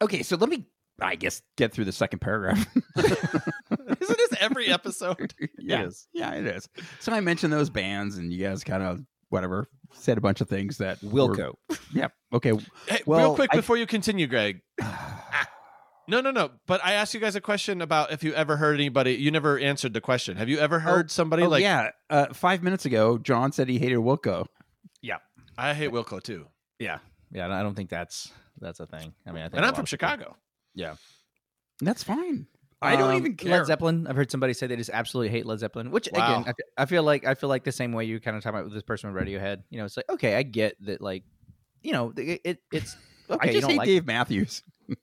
[SPEAKER 2] Okay, so let me, I guess, get through the second paragraph.
[SPEAKER 1] Isn't this every episode?
[SPEAKER 2] yeah,
[SPEAKER 3] is.
[SPEAKER 2] yeah, it is. So I mentioned those bands, and you guys kind of whatever said a bunch of things that were-
[SPEAKER 3] Wilco.
[SPEAKER 2] yeah. Okay.
[SPEAKER 1] Hey, real
[SPEAKER 2] Well,
[SPEAKER 1] quick
[SPEAKER 2] I-
[SPEAKER 1] before you continue, Greg. No, no, no. But I asked you guys a question about if you ever heard anybody. You never answered the question. Have you ever heard somebody
[SPEAKER 2] Oh,
[SPEAKER 1] like,
[SPEAKER 2] yeah. Uh, five minutes ago, John said he hated Wilco.
[SPEAKER 1] "I hate Wilco too,"
[SPEAKER 3] Yeah. Yeah. I don't think that's that's a thing. I mean, I think
[SPEAKER 1] and
[SPEAKER 3] a
[SPEAKER 1] I'm
[SPEAKER 3] lot
[SPEAKER 1] from
[SPEAKER 3] of people-
[SPEAKER 1] Chicago.
[SPEAKER 2] That's fine. I don't
[SPEAKER 3] Um,
[SPEAKER 2] even care.
[SPEAKER 3] Led Zeppelin. I've heard somebody say they just absolutely hate Led Zeppelin, which
[SPEAKER 1] Wow.
[SPEAKER 3] again, I fe- I feel like I feel like the same way you kind of talking about with this person with Radiohead. You know, it's like okay, I get that. Like, you know, it, it it's okay.
[SPEAKER 2] I
[SPEAKER 3] you
[SPEAKER 2] just
[SPEAKER 3] don't
[SPEAKER 2] hate
[SPEAKER 3] like,
[SPEAKER 2] Dave Matthews.
[SPEAKER 3] I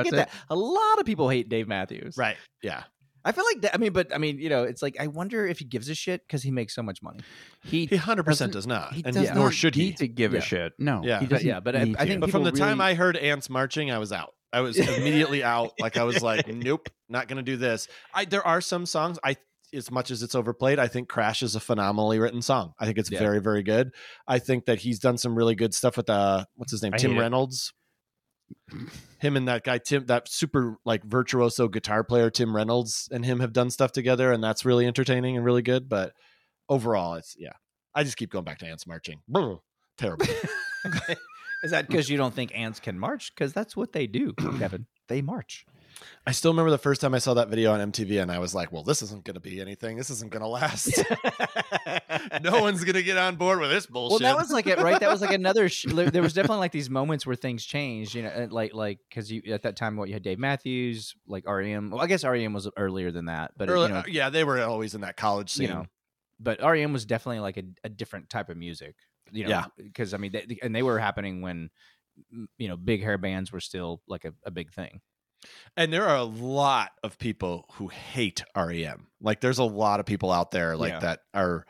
[SPEAKER 2] That's
[SPEAKER 3] get that. A lot of people hate Dave Matthews.
[SPEAKER 1] Right. Yeah.
[SPEAKER 3] I feel like that. I mean, but I mean, you know, it's like I wonder if he gives a shit because he makes so much money.
[SPEAKER 2] He,
[SPEAKER 1] He 100 percent does not,
[SPEAKER 2] he
[SPEAKER 1] and
[SPEAKER 2] does
[SPEAKER 1] nor
[SPEAKER 2] not
[SPEAKER 1] should he.
[SPEAKER 2] need to give
[SPEAKER 3] Yeah.
[SPEAKER 2] a shit. No.
[SPEAKER 1] Yeah.
[SPEAKER 2] he
[SPEAKER 3] But-
[SPEAKER 2] doesn't
[SPEAKER 3] yeah, but I-
[SPEAKER 2] need
[SPEAKER 3] I think
[SPEAKER 2] to.
[SPEAKER 1] But from the
[SPEAKER 3] people
[SPEAKER 1] time
[SPEAKER 3] really-
[SPEAKER 1] I heard ants marching, I was out. I was immediately out. Like I was like, nope, not going to do this. I there are some songs I as much as it's overplayed, I think Crash is a phenomenally written song. I think it's
[SPEAKER 3] Yeah.
[SPEAKER 1] very very good. I think that he's done some really good stuff with uh what's his name?
[SPEAKER 3] I
[SPEAKER 1] Tim
[SPEAKER 3] hate it.
[SPEAKER 1] Reynolds. Him and that guy Tim, that super like virtuoso guitar player Tim Reynolds, and him have done stuff together, and that's really entertaining and really good. But overall, it's yeah. I just keep going back to ants marching. Brr, terrible.
[SPEAKER 3] Is that because you don't think ants can march? Because that's what they do, Kevin. They march.
[SPEAKER 1] I still remember the first time I saw that video on MTV, and I was like, "Well, this isn't going to be anything. This isn't going to last. no one's going to get on board with this
[SPEAKER 3] Well,
[SPEAKER 1] bullshit."
[SPEAKER 3] that was like it, right? That was like another. Sh- there there was definitely like these moments where things changed, you know, and like like because you at that time what you had Dave Matthews, like REM. Well, I guess REM was earlier than that, but
[SPEAKER 1] Early-
[SPEAKER 3] you know,
[SPEAKER 1] yeah, they were always in that college
[SPEAKER 3] you
[SPEAKER 1] scene.
[SPEAKER 3] know, but REM was definitely like a, a different type of music, you know,
[SPEAKER 1] Yeah.
[SPEAKER 3] Because I mean, they, and they were happening when m- you know big hair bands were still like a, a big thing.
[SPEAKER 1] And there are a lot of people who hate REM. Like, there's a lot of people out there like
[SPEAKER 3] Yeah.
[SPEAKER 1] that are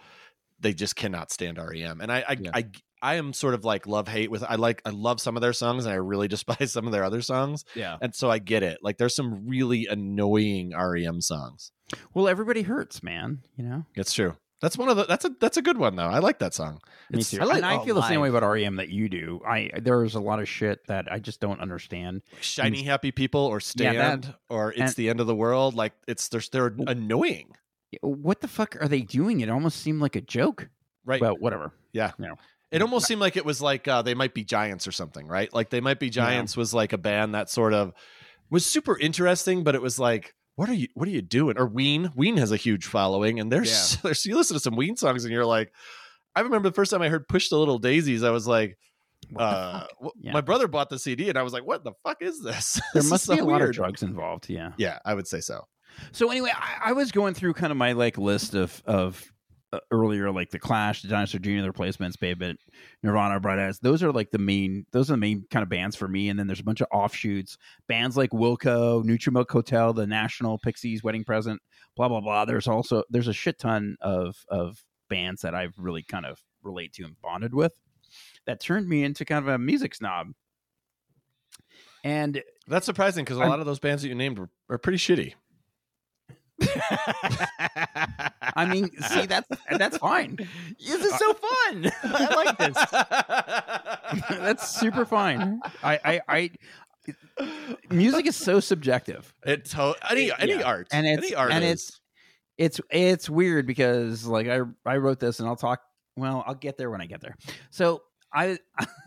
[SPEAKER 1] they just cannot stand REM. And I, I,
[SPEAKER 3] Yeah.
[SPEAKER 1] I, I am sort of like love hate with. I like I love some of their songs, and I really despise some of their other songs.
[SPEAKER 3] Yeah,
[SPEAKER 1] And so I get it. Like, there's some really annoying REM songs.
[SPEAKER 2] Well, everybody hurts, man. You know.
[SPEAKER 1] It's true. That's one of the. That's a. That's a good one though. I like that song.
[SPEAKER 2] Me
[SPEAKER 1] It's-
[SPEAKER 2] too.
[SPEAKER 1] I like
[SPEAKER 2] and I
[SPEAKER 3] all
[SPEAKER 2] feel the same way
[SPEAKER 3] live.
[SPEAKER 2] about REM that you do. I there's a lot of shit that I just don't understand.
[SPEAKER 1] Shiny happy people or
[SPEAKER 2] Yeah,
[SPEAKER 1] stand
[SPEAKER 2] that-
[SPEAKER 1] or it's
[SPEAKER 2] and-
[SPEAKER 1] the end of the world. Like it's they're they're annoying,
[SPEAKER 2] What the fuck are they doing? It almost seemed like a joke.
[SPEAKER 1] right?
[SPEAKER 2] Well, whatever.
[SPEAKER 1] it almost seemed like it was like uh, they might be giants or something, right? Like they might be
[SPEAKER 2] Yeah.
[SPEAKER 1] giants was like a band that sort of was super interesting, but it was like. What are you? What are you doing? Or Ween? Ween has a huge following, and there's there's you listen to some Ween songs, and you're like, I remember the first time I heard "Push the Little Daisies," I was like,
[SPEAKER 2] What the
[SPEAKER 1] uh,
[SPEAKER 2] fuck?
[SPEAKER 1] w-
[SPEAKER 2] Yeah.
[SPEAKER 1] my brother bought the CD, and I was like, what the fuck is this?
[SPEAKER 2] There
[SPEAKER 1] This is
[SPEAKER 2] must be
[SPEAKER 1] so
[SPEAKER 2] a lot of
[SPEAKER 1] weird.
[SPEAKER 2] drugs involved. Yeah.
[SPEAKER 1] Yeah, I would say so.
[SPEAKER 2] So anyway, I, I was going through kind of my like list of of uh, earlier like the Clash, the Dinosaur Jr., the Replacements, Pavement, Nirvana, Bright Eyes. Those are like the main. Those are the main kind of bands for me. And then there's a bunch of offshoots bands like Wilco, Nutrimilk Hotel, The National, Pixies, Wedding Present, blah blah blah. There's also there's a shit ton of of bands that I've really kind of relate to and bonded with. That turned me into kind of a music snob. And
[SPEAKER 1] That's surprising because a
[SPEAKER 2] I'm-
[SPEAKER 1] lot of those bands that you named were, are pretty shitty.
[SPEAKER 2] I mean, see, that's that's fine.
[SPEAKER 3] this is so fun. I like this.
[SPEAKER 2] That's super fine. I, I, I, music is so subjective.
[SPEAKER 1] It to- any any
[SPEAKER 2] Yeah.
[SPEAKER 1] art
[SPEAKER 2] And it's-
[SPEAKER 1] any art
[SPEAKER 2] and
[SPEAKER 1] is.
[SPEAKER 2] it's- It's, it's weird because like I, I wrote this and I'll talk. Well, I'll get there when I get there. So I,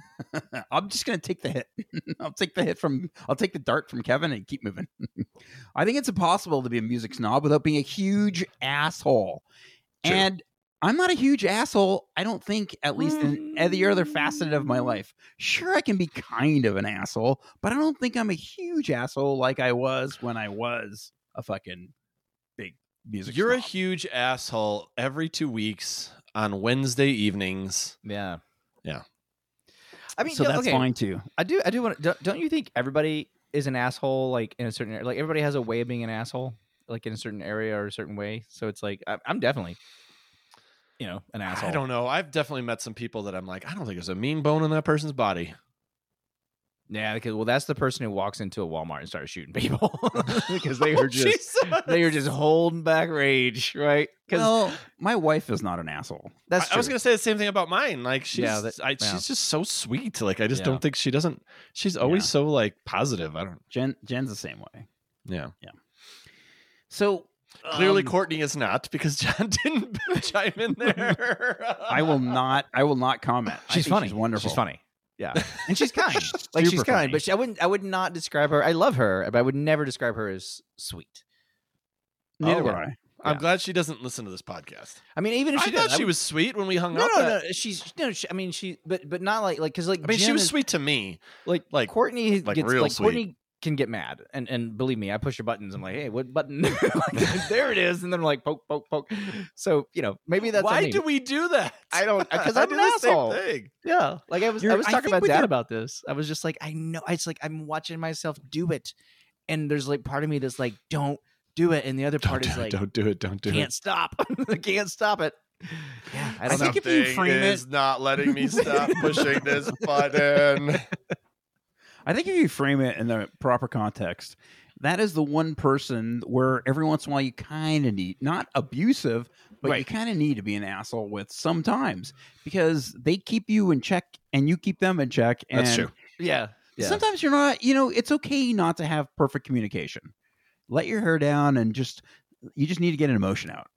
[SPEAKER 2] I'm just gonna take the hit. I'll take the hit from, I'll take the dart from Kevin and keep moving. I think it's impossible to be a music snob without being a huge asshole.
[SPEAKER 1] True.
[SPEAKER 2] And I'm not a huge asshole. I don't think, at least in every other facet of my life. Sure, I can be kind of an asshole, but I don't think I'm a huge asshole like I was when I was a fucking big music.
[SPEAKER 1] you're a
[SPEAKER 2] snob.
[SPEAKER 1] huge asshole every two weeks on Wednesday evenings.
[SPEAKER 3] Yeah.
[SPEAKER 1] Yeah.
[SPEAKER 3] I mean,
[SPEAKER 2] so
[SPEAKER 3] yeah,
[SPEAKER 2] that's
[SPEAKER 3] okay.
[SPEAKER 2] fine too.
[SPEAKER 3] I do. I do want. to Don't you think everybody is an asshole like in a certain area. Like everybody has a way of being an asshole, like in a certain area or a certain way. So it's like I, I'm definitely, you know, an asshole.
[SPEAKER 1] I don't know. I've definitely met some people that I'm like, I don't think there's a mean bone in that person's body.
[SPEAKER 3] Yeah, because well, that's the person who walks into a Walmart and starts shooting people because they
[SPEAKER 1] Oh,
[SPEAKER 3] are just
[SPEAKER 1] Jesus.
[SPEAKER 3] they are just holding back rage, right? Because
[SPEAKER 2] Well, my wife is not an asshole.
[SPEAKER 3] that's
[SPEAKER 1] I, I was
[SPEAKER 3] true.
[SPEAKER 1] gonna say the same thing about mine. Like she's,
[SPEAKER 3] Yeah, that-
[SPEAKER 1] I,
[SPEAKER 3] yeah.
[SPEAKER 1] she's just so sweet. Like I just
[SPEAKER 3] Yeah.
[SPEAKER 1] don't think she doesn't. She's always so like positive. I don't.
[SPEAKER 2] Jen Jen's the same way.
[SPEAKER 1] Yeah.
[SPEAKER 2] So
[SPEAKER 1] Clearly,
[SPEAKER 2] um,
[SPEAKER 1] Courtney is not because John didn't chime in there.
[SPEAKER 2] I will not. I will not comment. I
[SPEAKER 3] she's
[SPEAKER 2] think
[SPEAKER 3] funny.
[SPEAKER 2] She's wonderful.
[SPEAKER 3] She's funny. Yeah, and she's kind. like
[SPEAKER 2] super
[SPEAKER 3] she's kind,
[SPEAKER 2] funny.
[SPEAKER 3] but she, I wouldn't. I would not describe her. I love her, but I would never describe her as sweet.
[SPEAKER 2] Neither
[SPEAKER 3] Oh,
[SPEAKER 2] would I.
[SPEAKER 1] I'm
[SPEAKER 3] Yeah.
[SPEAKER 1] glad she doesn't listen to this podcast.
[SPEAKER 3] I mean, even if
[SPEAKER 1] I
[SPEAKER 3] she did,
[SPEAKER 1] thought
[SPEAKER 3] I
[SPEAKER 1] she
[SPEAKER 3] would-
[SPEAKER 1] was sweet when we hung
[SPEAKER 3] No,
[SPEAKER 1] out.
[SPEAKER 3] no,
[SPEAKER 1] that-
[SPEAKER 3] no. She's no. She, I mean, she, but but not like like because like
[SPEAKER 1] I mean, she
[SPEAKER 3] Jen
[SPEAKER 1] was
[SPEAKER 3] is-
[SPEAKER 1] sweet to me.
[SPEAKER 3] Like
[SPEAKER 1] like,
[SPEAKER 3] Courtney
[SPEAKER 1] like,
[SPEAKER 3] gets
[SPEAKER 1] real
[SPEAKER 3] like
[SPEAKER 1] sweet.
[SPEAKER 3] Courtney can get mad, and and believe me, I push her buttons. I'm like, hey, what button? Like, there it is, and then I'm like poke poke poke. So you know, maybe that's on
[SPEAKER 1] Why
[SPEAKER 3] me.
[SPEAKER 1] do we do that?
[SPEAKER 3] I don't- 'cause
[SPEAKER 1] I
[SPEAKER 3] I'm
[SPEAKER 1] do
[SPEAKER 3] an
[SPEAKER 1] the same
[SPEAKER 3] asshole.
[SPEAKER 1] thing.
[SPEAKER 3] Yeah, like I was, I
[SPEAKER 2] You're-
[SPEAKER 3] was
[SPEAKER 2] I
[SPEAKER 3] talking
[SPEAKER 2] think
[SPEAKER 3] about
[SPEAKER 2] we
[SPEAKER 3] dad
[SPEAKER 2] did-
[SPEAKER 3] about this. I was just like, I know. It's like I'm watching myself do it, and there's like part of me that's like, don't do it, and the other part is like,
[SPEAKER 1] do it. Don't
[SPEAKER 3] can't stop, can't stop it. Yeah, I
[SPEAKER 2] I
[SPEAKER 3] don't know.
[SPEAKER 2] think if you
[SPEAKER 1] Something
[SPEAKER 2] frame it-
[SPEAKER 1] is not letting me stop pushing this button.
[SPEAKER 2] I think if you frame it in the proper context, that is the one person where every once in a while you kind of need not abusive, but you
[SPEAKER 3] Right.
[SPEAKER 2] kind of need to be an asshole with sometimes because they keep you in check and you keep them in check. And
[SPEAKER 1] That's true.
[SPEAKER 3] yeah, yeah.
[SPEAKER 2] Sometimes you're not. You know, it's okay not to have perfect communication. Let your hair down and just you just need to get an emotion out.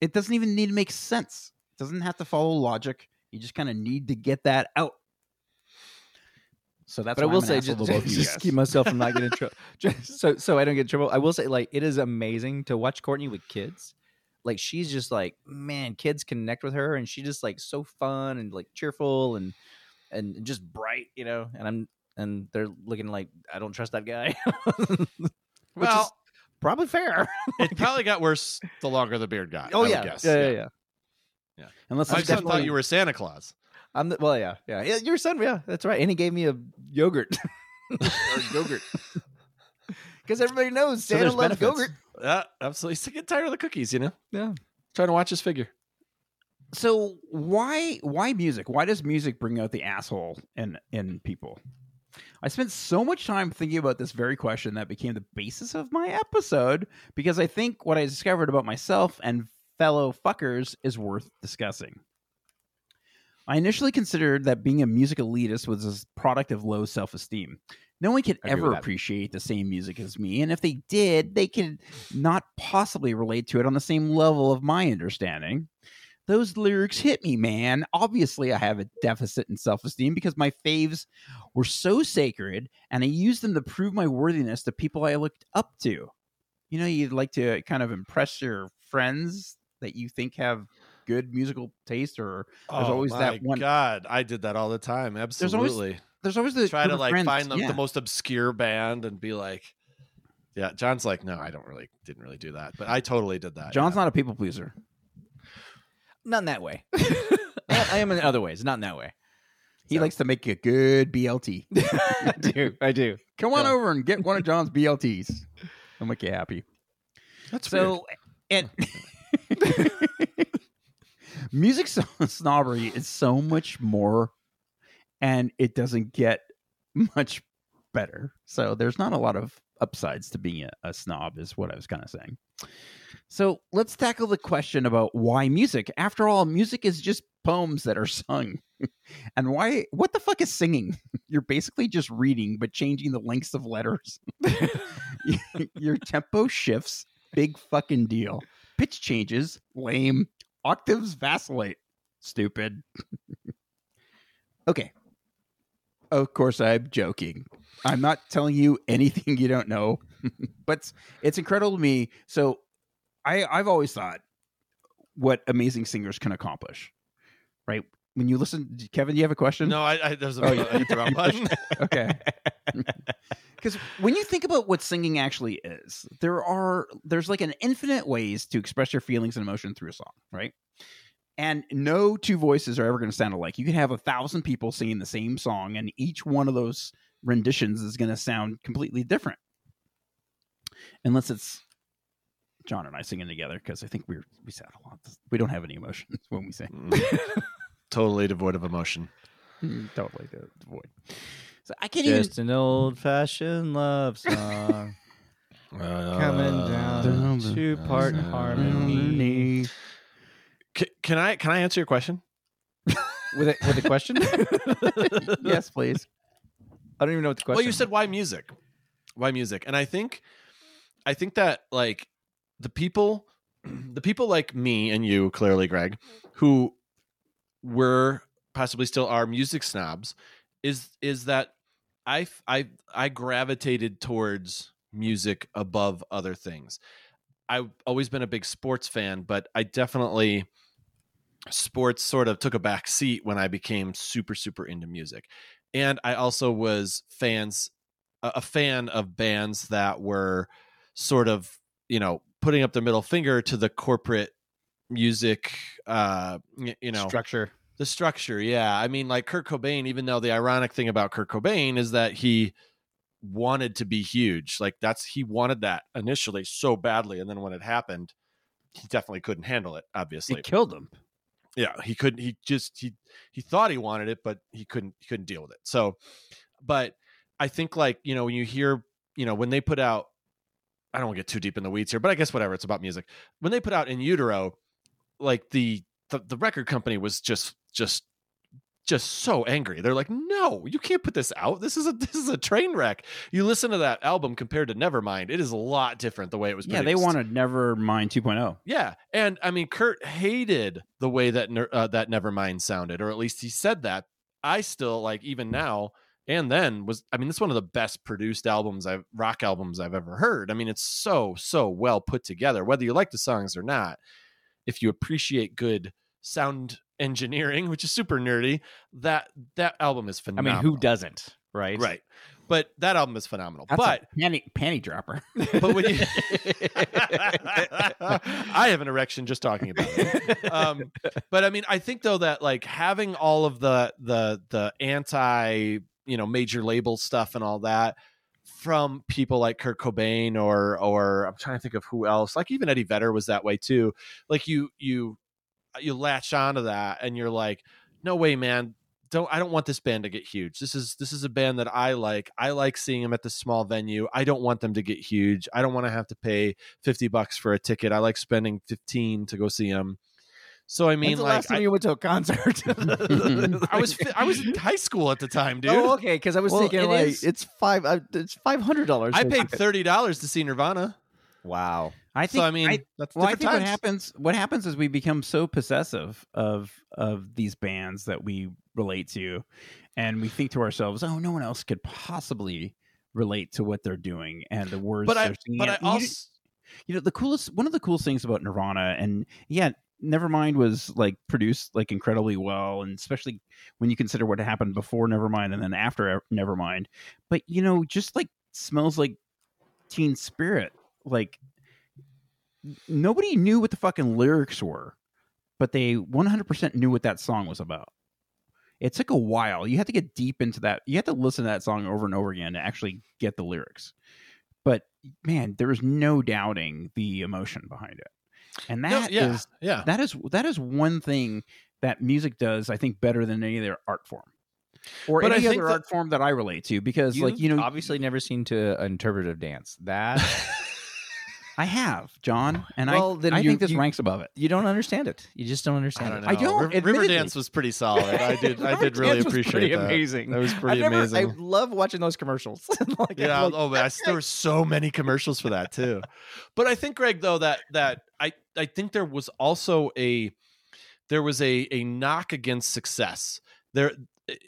[SPEAKER 2] It doesn't even need to make sense. It doesn't have to follow logic. You just kind of need to get that out. So that's.
[SPEAKER 3] but I
[SPEAKER 2] why
[SPEAKER 3] will
[SPEAKER 2] I'm an
[SPEAKER 3] say,
[SPEAKER 2] asshole
[SPEAKER 3] just,
[SPEAKER 2] to both of you
[SPEAKER 3] just
[SPEAKER 2] guys.
[SPEAKER 3] keep myself from not getting in trouble, so so I don't get in trouble. I will say, like, it is amazing to watch Courtney with kids. Like, she's just like, man, kids connect with her, and she just like so fun and like cheerful and and just bright, you know. And I'm and they're looking like I don't trust that guy. Which
[SPEAKER 1] Well-
[SPEAKER 3] is probably fair.
[SPEAKER 1] It probably got worse the longer the beard got.
[SPEAKER 3] Oh
[SPEAKER 1] I
[SPEAKER 3] yeah.
[SPEAKER 1] Would guess.
[SPEAKER 3] yeah, yeah, yeah.
[SPEAKER 2] Unless
[SPEAKER 1] My
[SPEAKER 2] it's
[SPEAKER 1] son
[SPEAKER 2] definitely-
[SPEAKER 1] thought you were Santa Claus.
[SPEAKER 3] I'm the, well, yeah, yeah, yeah. Your son, yeah, that's right. And he gave me a yogurt, or yogurt, because everybody knows
[SPEAKER 2] So
[SPEAKER 3] Santa
[SPEAKER 2] there's
[SPEAKER 3] loves
[SPEAKER 2] benefits.
[SPEAKER 3] yogurt.
[SPEAKER 1] Yeah, absolutely. He's getting tired of the cookies, you know?
[SPEAKER 3] Yeah.
[SPEAKER 1] Trying to watch his figure.
[SPEAKER 2] So why why music? Why does music bring out the asshole in in people? I spent so much time thinking about this very question that became the basis of my episode because I think what I discovered about myself and fellow fuckers is worth discussing. I initially considered that being a music elitist was a product of low self esteem. No one could
[SPEAKER 3] I agree with
[SPEAKER 2] ever
[SPEAKER 3] that.
[SPEAKER 2] appreciate the same music as me, and if they did, they could not possibly relate to it on the same level of my understanding. Those lyrics hit me, man. Obviously, I have a deficit in self esteem because my faves were so sacred, and I used them to prove my worthiness to people I looked up to. You know, you'd like to kind of impress your friends that you think have good musical taste or There's
[SPEAKER 1] oh,
[SPEAKER 2] always
[SPEAKER 1] my
[SPEAKER 2] that one-
[SPEAKER 1] God, I did that all the time.
[SPEAKER 2] always
[SPEAKER 1] Absolutely.
[SPEAKER 2] there's always the
[SPEAKER 1] Try
[SPEAKER 2] group
[SPEAKER 1] to
[SPEAKER 2] of
[SPEAKER 1] like
[SPEAKER 2] friends-
[SPEAKER 1] find the,
[SPEAKER 2] yeah.
[SPEAKER 1] the most obscure band and be like, yeah. John's like, no, I don't really, didn't really do that, but I totally did that.
[SPEAKER 2] John's
[SPEAKER 1] yeah.
[SPEAKER 2] not a people pleaser.
[SPEAKER 3] not in that way. I, I am in other ways, not in that way.
[SPEAKER 2] He
[SPEAKER 3] So-
[SPEAKER 2] likes to make a good BLT.
[SPEAKER 3] I do, I do.
[SPEAKER 2] Come on
[SPEAKER 3] Yeah.
[SPEAKER 2] over and get one of John's BLTs. I'll make you happy.
[SPEAKER 1] That's weird.
[SPEAKER 2] so, and music so- snobbery is so much more, and it doesn't get much better. So there's not a lot of upsides to being a, a snob, is what I was kind of saying. So let's tackle the question about why music. After all, music is just poems that are sung. And why? What the fuck is singing? You're basically just reading, but changing the lengths of letters. Your tempo shifts. Big fucking deal. Pitch changes. Lame. Octaves vacillate. Stupid. okay. Of course, I'm joking. I'm not telling you anything you don't know, but it's incredible to me. So, I I've always thought what amazing singers can accomplish, right? When you listen, Kevin, do you have a question?
[SPEAKER 1] no, I, I, there's a,
[SPEAKER 2] Oh, yeah.
[SPEAKER 1] I hit the wrong button.
[SPEAKER 2] okay. Because when you think about what singing actually is, there are there's like an infinite ways to express your feelings and emotion through a song, right? And no two voices are ever going to sound alike. You can have a thousand people singing the same song, and each one of those renditions is going to sound completely different. Unless it's John and I singing together, because I think we're we sound a lot. We don't have any emotions when we sing.
[SPEAKER 1] Mm. totally devoid of emotion.
[SPEAKER 2] Hmm, totally void. So I can't
[SPEAKER 3] Just an old fashioned love song coming down
[SPEAKER 2] down
[SPEAKER 3] two part
[SPEAKER 1] Uh, the-
[SPEAKER 3] harmony.
[SPEAKER 2] even.
[SPEAKER 1] C- can I can I answer your question?
[SPEAKER 3] With a, with a question? I
[SPEAKER 2] yes, please.
[SPEAKER 3] don't even know what the question
[SPEAKER 1] Well, you said why music? Why music? And I think I think that like the people the people like me and you clearly Greg who were possibly still are music snobs is is that I f- I I gravitated towards music above other things. I've always been a big sports fan, but I definitely sports sort of took a back seat when I became super super into music and I also was fans a a fan of bands that were sort of you know putting up their middle finger to the corporate music uh y- you know
[SPEAKER 3] structure.
[SPEAKER 1] the structure yeah i mean like kurt cobain even though the ironic thing about kurt cobain is that he wanted to be huge like that's he wanted that initially so badly and then when it happened he definitely couldn't handle it obviously
[SPEAKER 2] It killed him.
[SPEAKER 1] yeah he couldn't he just he he thought he wanted it but he couldn't he couldn't deal with it so but i think like you know when you hear you know when they put out i don't want to get too deep in the weeds here but i guess whatever it's about music when they put out in utero like the the, the record company was just just just so angry they're like no you can't put this out this is a this is a train wreck you listen to that album compared to nevermind it is a lot different the way it was
[SPEAKER 2] Yeah, they
[SPEAKER 1] produced.
[SPEAKER 2] wanted Nevermind 2.0.
[SPEAKER 1] Yeah, and I mean, Kurt hated the way that Ner- uh, that Nevermind sounded, or at least he said that. I still like even now and then was I mean, it's one of the best produced albums I've rock albums I've ever heard. I mean, it's so so well put together. Whether you like the songs or not, if you appreciate good sound engineering, which is super nerdy, that that album is
[SPEAKER 3] I mean,
[SPEAKER 1] phenomenal.
[SPEAKER 3] who doesn't? Right?
[SPEAKER 1] Right, but that album is phenomenal.
[SPEAKER 2] That's
[SPEAKER 1] but
[SPEAKER 2] a panty, panty dropper.
[SPEAKER 1] but when you, I have an erection just talking about it. Um, but I mean, I think though that like having all of the the the anti you know major label stuff and all that from people like Kurt Cobain or or I'm trying to think of who else. Like even Eddie Vedder was that way too. Like you you uh, you latch onto that and you're like, no way, man. Don't I don't want this band to get huge. This is this is a band that I like. I like seeing them at the small venue. I don't want them to get huge. I don't want to have to pay fifty bucks for a ticket. I like spending fifteen to go see them. So I mean,
[SPEAKER 3] When's the
[SPEAKER 1] like
[SPEAKER 3] last time
[SPEAKER 1] I,
[SPEAKER 3] you went to a concert?
[SPEAKER 1] I was fi- I was in high school at the time, dude.
[SPEAKER 3] Oh, okay. Because I was
[SPEAKER 2] Well,
[SPEAKER 3] thinking
[SPEAKER 2] it
[SPEAKER 3] like
[SPEAKER 2] is-
[SPEAKER 3] it's five. Uh, it's five hundred dollars.
[SPEAKER 1] I paid thirty dollars to see Nirvana.
[SPEAKER 3] Wow.
[SPEAKER 2] I think.
[SPEAKER 1] so I mean, that's
[SPEAKER 2] well, I
[SPEAKER 1] different
[SPEAKER 2] think what
[SPEAKER 1] times.
[SPEAKER 2] happens what happens is we become so possessive of of these bands that we relate to, and we think to ourselves, "Oh, no one else could possibly relate to what they're doing and the words
[SPEAKER 1] But I
[SPEAKER 2] they're singing."
[SPEAKER 1] but I
[SPEAKER 2] And you
[SPEAKER 1] also
[SPEAKER 2] just- you know the coolest one of the coolest things about nirvana and yeah nevermind was like produced like incredibly well and especially when you consider what happened before nevermind and then after E-, nevermind but you know just like smells like teen spirit like n- nobody knew what the fucking lyrics were but they 100% knew what that song was about it took a while you had to get deep into that you had to listen to that song over and over again to actually get the lyrics but man, there is no doubting the emotion behind it, and
[SPEAKER 1] No,
[SPEAKER 2] that is
[SPEAKER 1] yeah, yeah.
[SPEAKER 2] that is that is one thing that music does, I think, better than any other art form, or
[SPEAKER 1] But I
[SPEAKER 2] any
[SPEAKER 1] think
[SPEAKER 2] other
[SPEAKER 1] that-
[SPEAKER 2] art form that I relate to, because like you know,
[SPEAKER 3] obviously never seen to an interpretive dance. That
[SPEAKER 2] I have John, and
[SPEAKER 3] Well,
[SPEAKER 2] I
[SPEAKER 3] then
[SPEAKER 2] I
[SPEAKER 3] you-
[SPEAKER 2] think this
[SPEAKER 3] you-
[SPEAKER 2] ranks above it.
[SPEAKER 3] you don't understand it. You just don't
[SPEAKER 1] I
[SPEAKER 3] understand
[SPEAKER 1] don't
[SPEAKER 3] it.
[SPEAKER 1] know.
[SPEAKER 2] I don't,
[SPEAKER 1] Riv- Riverdance
[SPEAKER 2] admittedly.
[SPEAKER 1] was pretty solid. I did. I did really
[SPEAKER 3] Dance was
[SPEAKER 1] appreciate
[SPEAKER 3] pretty
[SPEAKER 1] that.
[SPEAKER 3] Amazing.
[SPEAKER 1] That was
[SPEAKER 3] I
[SPEAKER 1] pretty
[SPEAKER 3] never-
[SPEAKER 1] amazing.
[SPEAKER 3] I love watching those commercials. Like, I'm
[SPEAKER 1] yeah.
[SPEAKER 3] like,
[SPEAKER 1] oh, man, I, there were so many commercials for that too. But I think Greg, though, that that I I think there was also a there was a a knock against success. There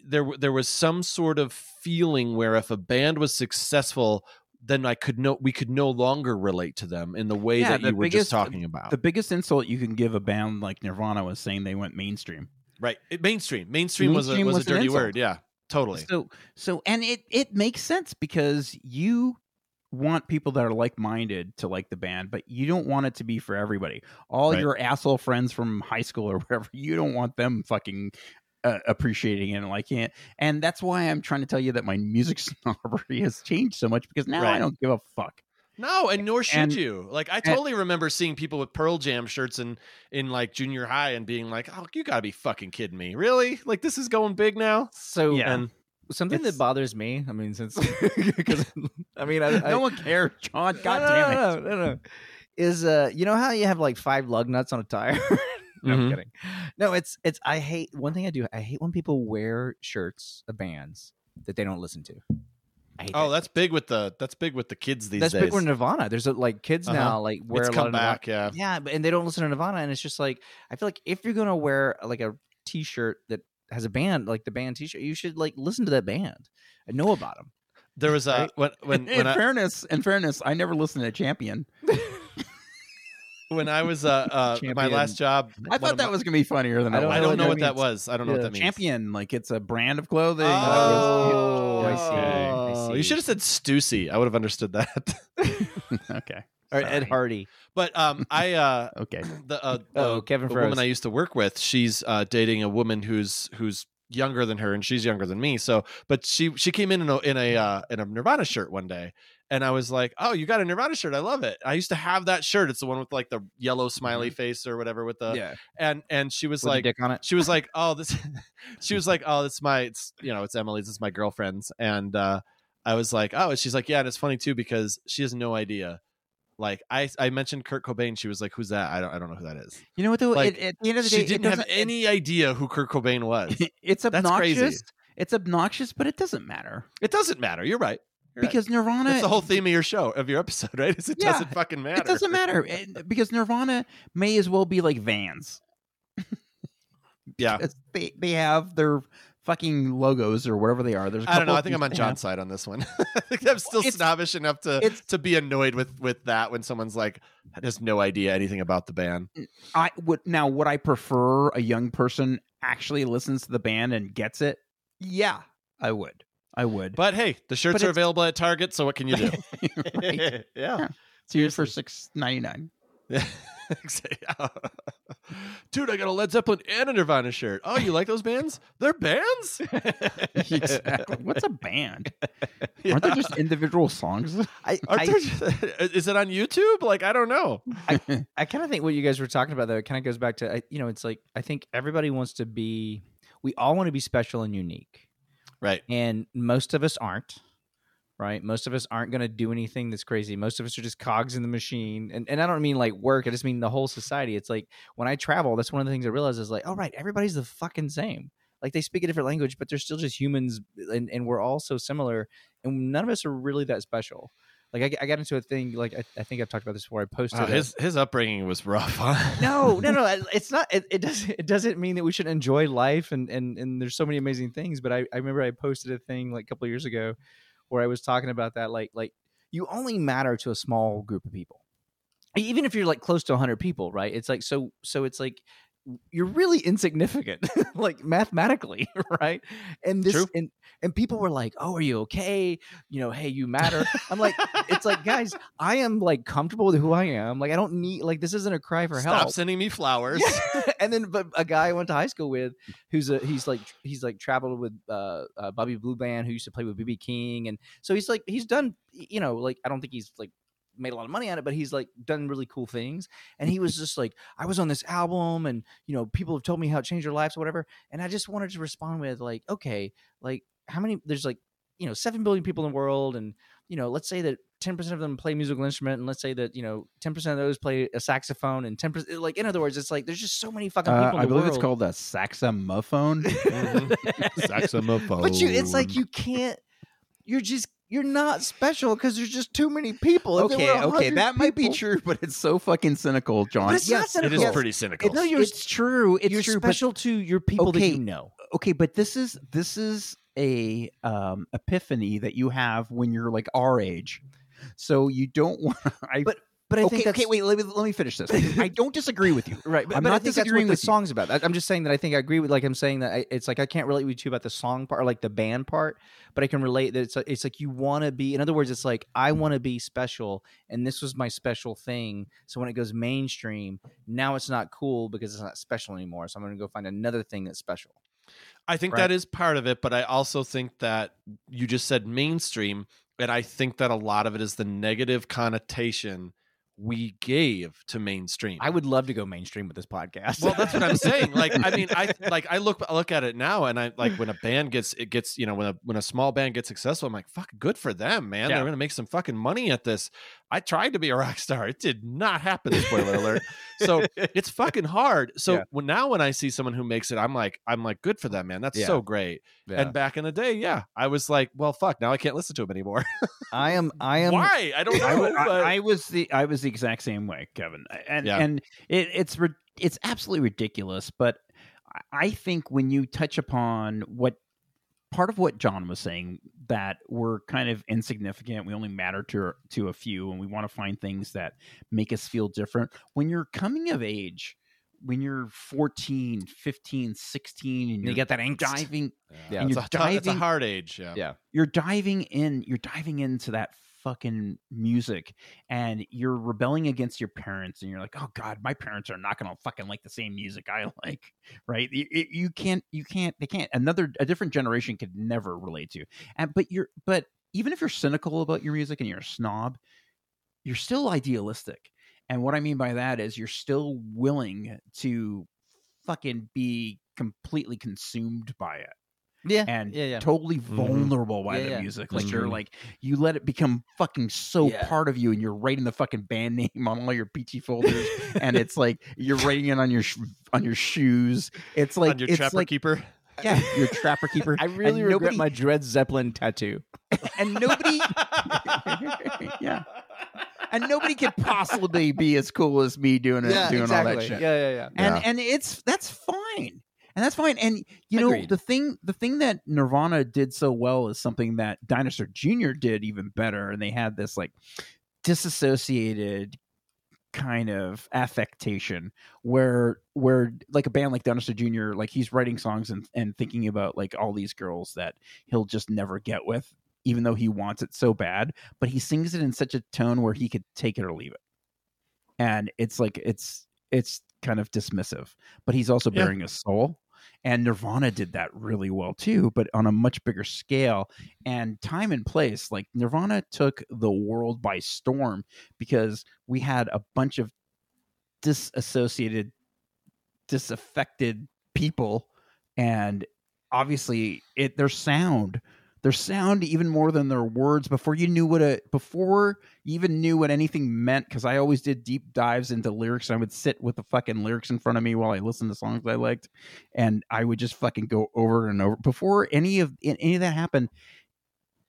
[SPEAKER 1] there there was some sort of feeling where if a band was successful, then I could no we could no longer relate to them in the way
[SPEAKER 2] Yeah,
[SPEAKER 1] that
[SPEAKER 2] the
[SPEAKER 1] you were just
[SPEAKER 2] biggest-
[SPEAKER 1] talking about.
[SPEAKER 2] The biggest insult you can give a band like Nirvana was saying they went mainstream.
[SPEAKER 1] right, It- mainstream. Mainstream, was a,
[SPEAKER 2] Mainstream
[SPEAKER 1] was a
[SPEAKER 2] was an
[SPEAKER 1] dirty
[SPEAKER 2] insult.
[SPEAKER 1] word. Yeah, totally.
[SPEAKER 2] So so and it it makes sense because you want people that are like-minded to like the band, but you don't want it to be for everybody. All
[SPEAKER 1] Right.
[SPEAKER 2] your asshole friends from high school or wherever, you don't want them fucking uh, appreciating it and liking it. And that's why I'm trying to tell you that my music snobbery has changed so much because now I
[SPEAKER 1] Right.
[SPEAKER 2] don't give a fuck.
[SPEAKER 1] No, and nor should
[SPEAKER 2] And-
[SPEAKER 1] you. Like I totally remember seeing people with Pearl Jam shirts in in like junior high and being like, "Oh, you got to be fucking kidding me. Really? Like this is going big now?"
[SPEAKER 3] So um,
[SPEAKER 2] Yeah.
[SPEAKER 1] And
[SPEAKER 3] something
[SPEAKER 2] It's-
[SPEAKER 3] that bothers me. I mean, since because I mean, I, I,
[SPEAKER 2] no one cares, John.
[SPEAKER 3] No,
[SPEAKER 2] God
[SPEAKER 3] no,
[SPEAKER 2] damn it.
[SPEAKER 3] no, no, no, no. Is uh, you know how you have like five lug nuts on a tire?
[SPEAKER 1] Mhm.
[SPEAKER 3] no, I'm kidding. No, it's it's. I hate one thing I do. I hate when people wear shirts of bands that they don't listen to. I hate
[SPEAKER 1] Oh,
[SPEAKER 3] that.
[SPEAKER 1] that's big with the that's big with the kids these
[SPEAKER 3] that's
[SPEAKER 1] days.
[SPEAKER 3] big with Nirvana. There's a, like kids
[SPEAKER 1] Uh-huh.
[SPEAKER 3] now like wear
[SPEAKER 1] it's
[SPEAKER 3] a lot
[SPEAKER 1] come
[SPEAKER 3] of Nirvana.
[SPEAKER 1] back, yeah.
[SPEAKER 3] Yeah, but, and they don't listen to Nirvana, and it's just like I feel like if you're gonna wear like a T-shirt that has a band, like the band T-shirt, you should like listen to that band and know about them.
[SPEAKER 1] There was a
[SPEAKER 3] Right?
[SPEAKER 1] when when
[SPEAKER 2] in
[SPEAKER 1] when I,
[SPEAKER 2] fairness, in fairness, I never listened to Champion.
[SPEAKER 1] when I was uh, uh my
[SPEAKER 3] Champion.
[SPEAKER 1] last job,
[SPEAKER 2] I
[SPEAKER 1] one
[SPEAKER 2] thought
[SPEAKER 1] of
[SPEAKER 2] that
[SPEAKER 1] my-
[SPEAKER 2] was gonna be funnier than
[SPEAKER 3] I
[SPEAKER 2] it
[SPEAKER 3] don't
[SPEAKER 2] was.
[SPEAKER 1] I
[SPEAKER 3] know
[SPEAKER 1] don't
[SPEAKER 3] what
[SPEAKER 1] know
[SPEAKER 3] that
[SPEAKER 1] what that
[SPEAKER 3] means.
[SPEAKER 1] was. I don't know what
[SPEAKER 3] Yeah.
[SPEAKER 1] that means.
[SPEAKER 2] Champion, like it's a brand of clothing.
[SPEAKER 1] Oh,
[SPEAKER 3] I see. I
[SPEAKER 1] You
[SPEAKER 3] see.
[SPEAKER 1] should have said Stussy. I would have understood that.
[SPEAKER 2] okay,
[SPEAKER 3] Or Ed
[SPEAKER 2] Sorry.
[SPEAKER 3] Hardy.
[SPEAKER 1] But um, I uh,
[SPEAKER 2] okay.
[SPEAKER 1] the uh,
[SPEAKER 3] Oh,
[SPEAKER 1] the-
[SPEAKER 3] Kevin
[SPEAKER 1] the woman
[SPEAKER 3] Froese.
[SPEAKER 1] I used to work with, she's uh, dating a woman who's who's younger than her, and she's younger than me. So, but she she came in in a in a, uh, in a Nirvana shirt one day, and I was like, "Oh, you got a Nirvana shirt? I love it. I used to have that shirt. It's the one with like the yellow smiley face or whatever with the
[SPEAKER 3] Mm-hmm. yeah,
[SPEAKER 1] and and she was
[SPEAKER 3] with a
[SPEAKER 1] like,
[SPEAKER 3] dick on it.
[SPEAKER 1] she was like, "Oh, this," she was like, "Oh, it's my, it's you know, it's Emily's, it's my girlfriend's," and uh, I was like, "Oh," and she's like, "Yeah," and it's funny too because she has no idea. Like I, I mentioned Kurt Cobain. She was like, "Who's that?" I don't, I don't know who that is.
[SPEAKER 2] You know what? Though
[SPEAKER 1] Like,
[SPEAKER 2] it, at the end of the day,
[SPEAKER 1] She
[SPEAKER 2] it
[SPEAKER 1] didn't have
[SPEAKER 2] doesn't- it-
[SPEAKER 1] any idea who Kurt Cobain was.
[SPEAKER 2] it's
[SPEAKER 1] That's
[SPEAKER 2] obnoxious.
[SPEAKER 1] crazy.
[SPEAKER 2] It's obnoxious, but it doesn't matter
[SPEAKER 1] It doesn't matter. You're right. You're right.
[SPEAKER 2] because Nirvana.
[SPEAKER 1] that's the whole theme of your show of your episode, right? Is it
[SPEAKER 2] Yeah,
[SPEAKER 1] doesn't fucking matter.
[SPEAKER 2] It doesn't matter and- because Nirvana may as well be like Vans.
[SPEAKER 1] Yeah.
[SPEAKER 2] 'Cause They they have their fucking logos or whatever they are. There's a
[SPEAKER 1] I don't know.
[SPEAKER 2] couple
[SPEAKER 1] I
[SPEAKER 2] of
[SPEAKER 1] think I'm
[SPEAKER 2] these
[SPEAKER 1] on
[SPEAKER 2] bands.
[SPEAKER 1] John's side on this one. I think I'm still
[SPEAKER 2] It's-
[SPEAKER 1] snobbish enough to
[SPEAKER 2] It's
[SPEAKER 1] to be annoyed with with that when someone's like has no idea anything about the band.
[SPEAKER 2] Mm. I would now would I prefer a young person actually listens to the band and gets it? Yeah, I would. I would.
[SPEAKER 1] But hey, the shirts
[SPEAKER 2] But
[SPEAKER 1] are
[SPEAKER 2] it's-
[SPEAKER 1] available at Target, so what can you do?
[SPEAKER 2] Right.
[SPEAKER 1] yeah.
[SPEAKER 2] Dude, for six ninety nine.
[SPEAKER 1] Dude, I got a Led Zeppelin and a Nirvana shirt. Oh, you like those bands? They're bands?
[SPEAKER 2] exactly. What's a band?
[SPEAKER 1] Yeah.
[SPEAKER 2] Aren't they just individual songs?
[SPEAKER 3] I,
[SPEAKER 1] Aren't
[SPEAKER 3] I,
[SPEAKER 1] there- is it on YouTube? Like, I don't know.
[SPEAKER 3] I kind of think what you guys were talking about though, it kind of goes back to I- you know, it's like I think everybody wants to be, we all want to be special and unique,
[SPEAKER 1] Right.
[SPEAKER 3] and most of us aren't, right? Most of us aren't going to do anything that's crazy. Most of us are just cogs in the machine, and and I don't mean like work. I just mean the whole society. It's like when I travel, that's one of the things I realize is like, oh right, everybody's the fucking same. Like they speak a different language, but they're still just humans, and and we're all so similar, and none of us are really that special. Like I, I got into a thing, like I, I think I've talked about this before. I posted
[SPEAKER 1] Wow,
[SPEAKER 3] a-
[SPEAKER 1] his his upbringing was rough, huh?
[SPEAKER 3] no no no I- it's not it, it doesn't it doesn't mean that we should enjoy life and and and there's so many amazing things but i, I remember i posted a thing like a couple of years ago where i was talking about that like like you only matter to a small group of people E, even if you're like close to 100 people right it's like so so it's like you're really insignificant like mathematically right and this
[SPEAKER 1] True.
[SPEAKER 3] and and people were like oh are you okay you know hey you matter i'm like it's like guys i am like comfortable with who i am like i don't need like this isn't a cry for
[SPEAKER 1] Stop
[SPEAKER 3] help
[SPEAKER 1] sending me flowers.
[SPEAKER 3] yeah. and then but a guy I went to high school with, who's a he's like he's like traveled with uh, uh Bobby Blue Band, who used to play with BB King, and so he's like he's done you know like I don't think he's like made a lot of money on it, but he's like done really cool things. And he was just like I was on this album, and you know people have told me how it changed their lives, or whatever. And I just wanted to respond with like okay, like how many there's like you know seven billion people in the world, and you know, let's say that 10% of them play musical instrument and let's say that, you know, 10% of those play a saxophone and 10% like in other words, it's like there's just so many fucking people
[SPEAKER 2] Uh,
[SPEAKER 3] in
[SPEAKER 2] I
[SPEAKER 3] the
[SPEAKER 2] believe
[SPEAKER 3] world. Mm-hmm.
[SPEAKER 2] it's called a saxomophone.
[SPEAKER 1] Saxophone.
[SPEAKER 3] But you it's like you can't you're just you're not special because there's just too many people. If there
[SPEAKER 2] okay,
[SPEAKER 3] were a
[SPEAKER 2] okay,
[SPEAKER 3] hundred
[SPEAKER 2] that might be
[SPEAKER 3] people-
[SPEAKER 2] true, but it's so fucking cynical, John.
[SPEAKER 3] But it's not
[SPEAKER 2] yes,
[SPEAKER 1] It is
[SPEAKER 3] cynical.
[SPEAKER 1] pretty cynical.
[SPEAKER 3] No, you're,
[SPEAKER 2] it's true. It's
[SPEAKER 3] you're
[SPEAKER 2] true. but-
[SPEAKER 3] special to your people that
[SPEAKER 2] Okay.
[SPEAKER 3] you know.
[SPEAKER 2] okay but this is this is a um epiphany that you have when you're like our age so you don't want i
[SPEAKER 3] But But I
[SPEAKER 2] okay
[SPEAKER 3] think that's
[SPEAKER 2] okay wait let me let me finish this i don't disagree with you
[SPEAKER 3] Right, but,
[SPEAKER 2] I'm
[SPEAKER 3] but I
[SPEAKER 2] not
[SPEAKER 3] think that's
[SPEAKER 2] disagreeing
[SPEAKER 3] what the
[SPEAKER 2] with you.
[SPEAKER 3] song's about. I, I'm just saying that I think I agree with, like I'm saying that I, it's like I can't relate with you about the song part or like the band part, but I can relate that it's like, it's like you want to be. In other words, it's like I want to be special, and this was my special thing. So when it goes mainstream, now it's not cool because it's not special anymore. So I'm going to go find another thing that's special.
[SPEAKER 1] I think
[SPEAKER 3] Right.
[SPEAKER 1] that is part of it, but I also think that you just said mainstream, and I think that a lot of it is the negative connotation we gave to mainstream.
[SPEAKER 3] I would love to go mainstream with this podcast.
[SPEAKER 1] well, that's what I'm saying. Like, I mean, I like I look I look at it now, and I like when a band gets it gets you know when a when a small band gets successful, I'm like, fuck, good for them, man.
[SPEAKER 3] Yeah.
[SPEAKER 1] They're gonna make some fucking money at this. I tried to be a rock star. It did not happen. Spoiler alert. So it's fucking hard. So
[SPEAKER 3] Yeah.
[SPEAKER 1] when, now when I see someone who makes it, I'm like, I'm like, good for them, man. That's
[SPEAKER 3] Yeah.
[SPEAKER 1] so great.
[SPEAKER 3] Yeah.
[SPEAKER 1] And back in the day, yeah, I was like, well, fuck, now I can't listen to him anymore.
[SPEAKER 3] I am. I am.
[SPEAKER 1] Why? I don't know.
[SPEAKER 2] I, wa- I-
[SPEAKER 1] but-
[SPEAKER 2] I was the I was the exact same way, Kevin. And
[SPEAKER 1] Yeah.
[SPEAKER 2] and it, it's rid- it's absolutely ridiculous, but I- I think when you touch upon what part of what John was saying that we're kind of insignificant, we only matter to to a few and we want to find things that make us feel different. When you're coming of age, when you're 14, 15, 16 and
[SPEAKER 3] You
[SPEAKER 2] you're
[SPEAKER 3] get that angst.
[SPEAKER 2] diving
[SPEAKER 3] Yeah.
[SPEAKER 2] and
[SPEAKER 1] it's,
[SPEAKER 2] you're
[SPEAKER 1] a, tou- it's a
[SPEAKER 2] diving-
[SPEAKER 1] hard age. Yeah.
[SPEAKER 3] Yeah.
[SPEAKER 2] you're diving in you're diving into that fucking music and you're rebelling against your parents and you're like oh god my parents are not gonna fucking like the same music i like right you, you- you can't you can't they can't another a different generation could never relate to and but you're but even if you're cynical about your music and you're a snob you're still idealistic and what i mean by that is you're still willing to fucking be completely consumed by it
[SPEAKER 3] Yeah.
[SPEAKER 2] and
[SPEAKER 3] yeah. Yeah.
[SPEAKER 2] totally
[SPEAKER 1] Mhm.
[SPEAKER 2] vulnerable by
[SPEAKER 3] Yeah,
[SPEAKER 2] the
[SPEAKER 3] yeah.
[SPEAKER 2] music.
[SPEAKER 3] That's
[SPEAKER 2] Like you're
[SPEAKER 1] true.
[SPEAKER 2] like you let it become fucking so
[SPEAKER 3] Yeah.
[SPEAKER 2] part of you, and you're writing the fucking band name on all your PT folders, and it's like you're writing it on your sh- on your shoes. It's like
[SPEAKER 1] On your
[SPEAKER 2] it's
[SPEAKER 1] trapper
[SPEAKER 2] like
[SPEAKER 1] keeper.
[SPEAKER 2] yeah, your trapper keeper.
[SPEAKER 3] I really
[SPEAKER 2] and
[SPEAKER 3] regret
[SPEAKER 2] nobody-
[SPEAKER 3] my Dred Zeppelin tattoo.
[SPEAKER 2] and nobody yeah, and nobody could possibly be as cool as me doing it, doing all that shit.
[SPEAKER 3] Yeah, yeah, yeah.
[SPEAKER 2] and and it's that's fine and that's fine and you know
[SPEAKER 3] Agreed.
[SPEAKER 2] the thing the thing that nirvana did so well is something that dinosaur jr did even better and they had this like disassociated kind of affectation where where like a band like dinosaur jr like he's writing songs and, and thinking about like all these girls that he'll just never get with even though he wants it so bad but he sings it in such a tone where he could take it or leave it and it's like it's it's kind of dismissive but he's also
[SPEAKER 1] Yeah.
[SPEAKER 2] bearing a soul and nirvana did that really well too but on a much bigger scale and time and place like nirvana took the world by storm because we had a bunch of disassociated disaffected people and obviously it their sound their sound even more than their words before you knew what a before you even knew what anything meant because i always did deep dives into lyrics and i would sit with the fucking lyrics in front of me while i listened to songs i liked and i would just fucking go over and over before any of any of that happened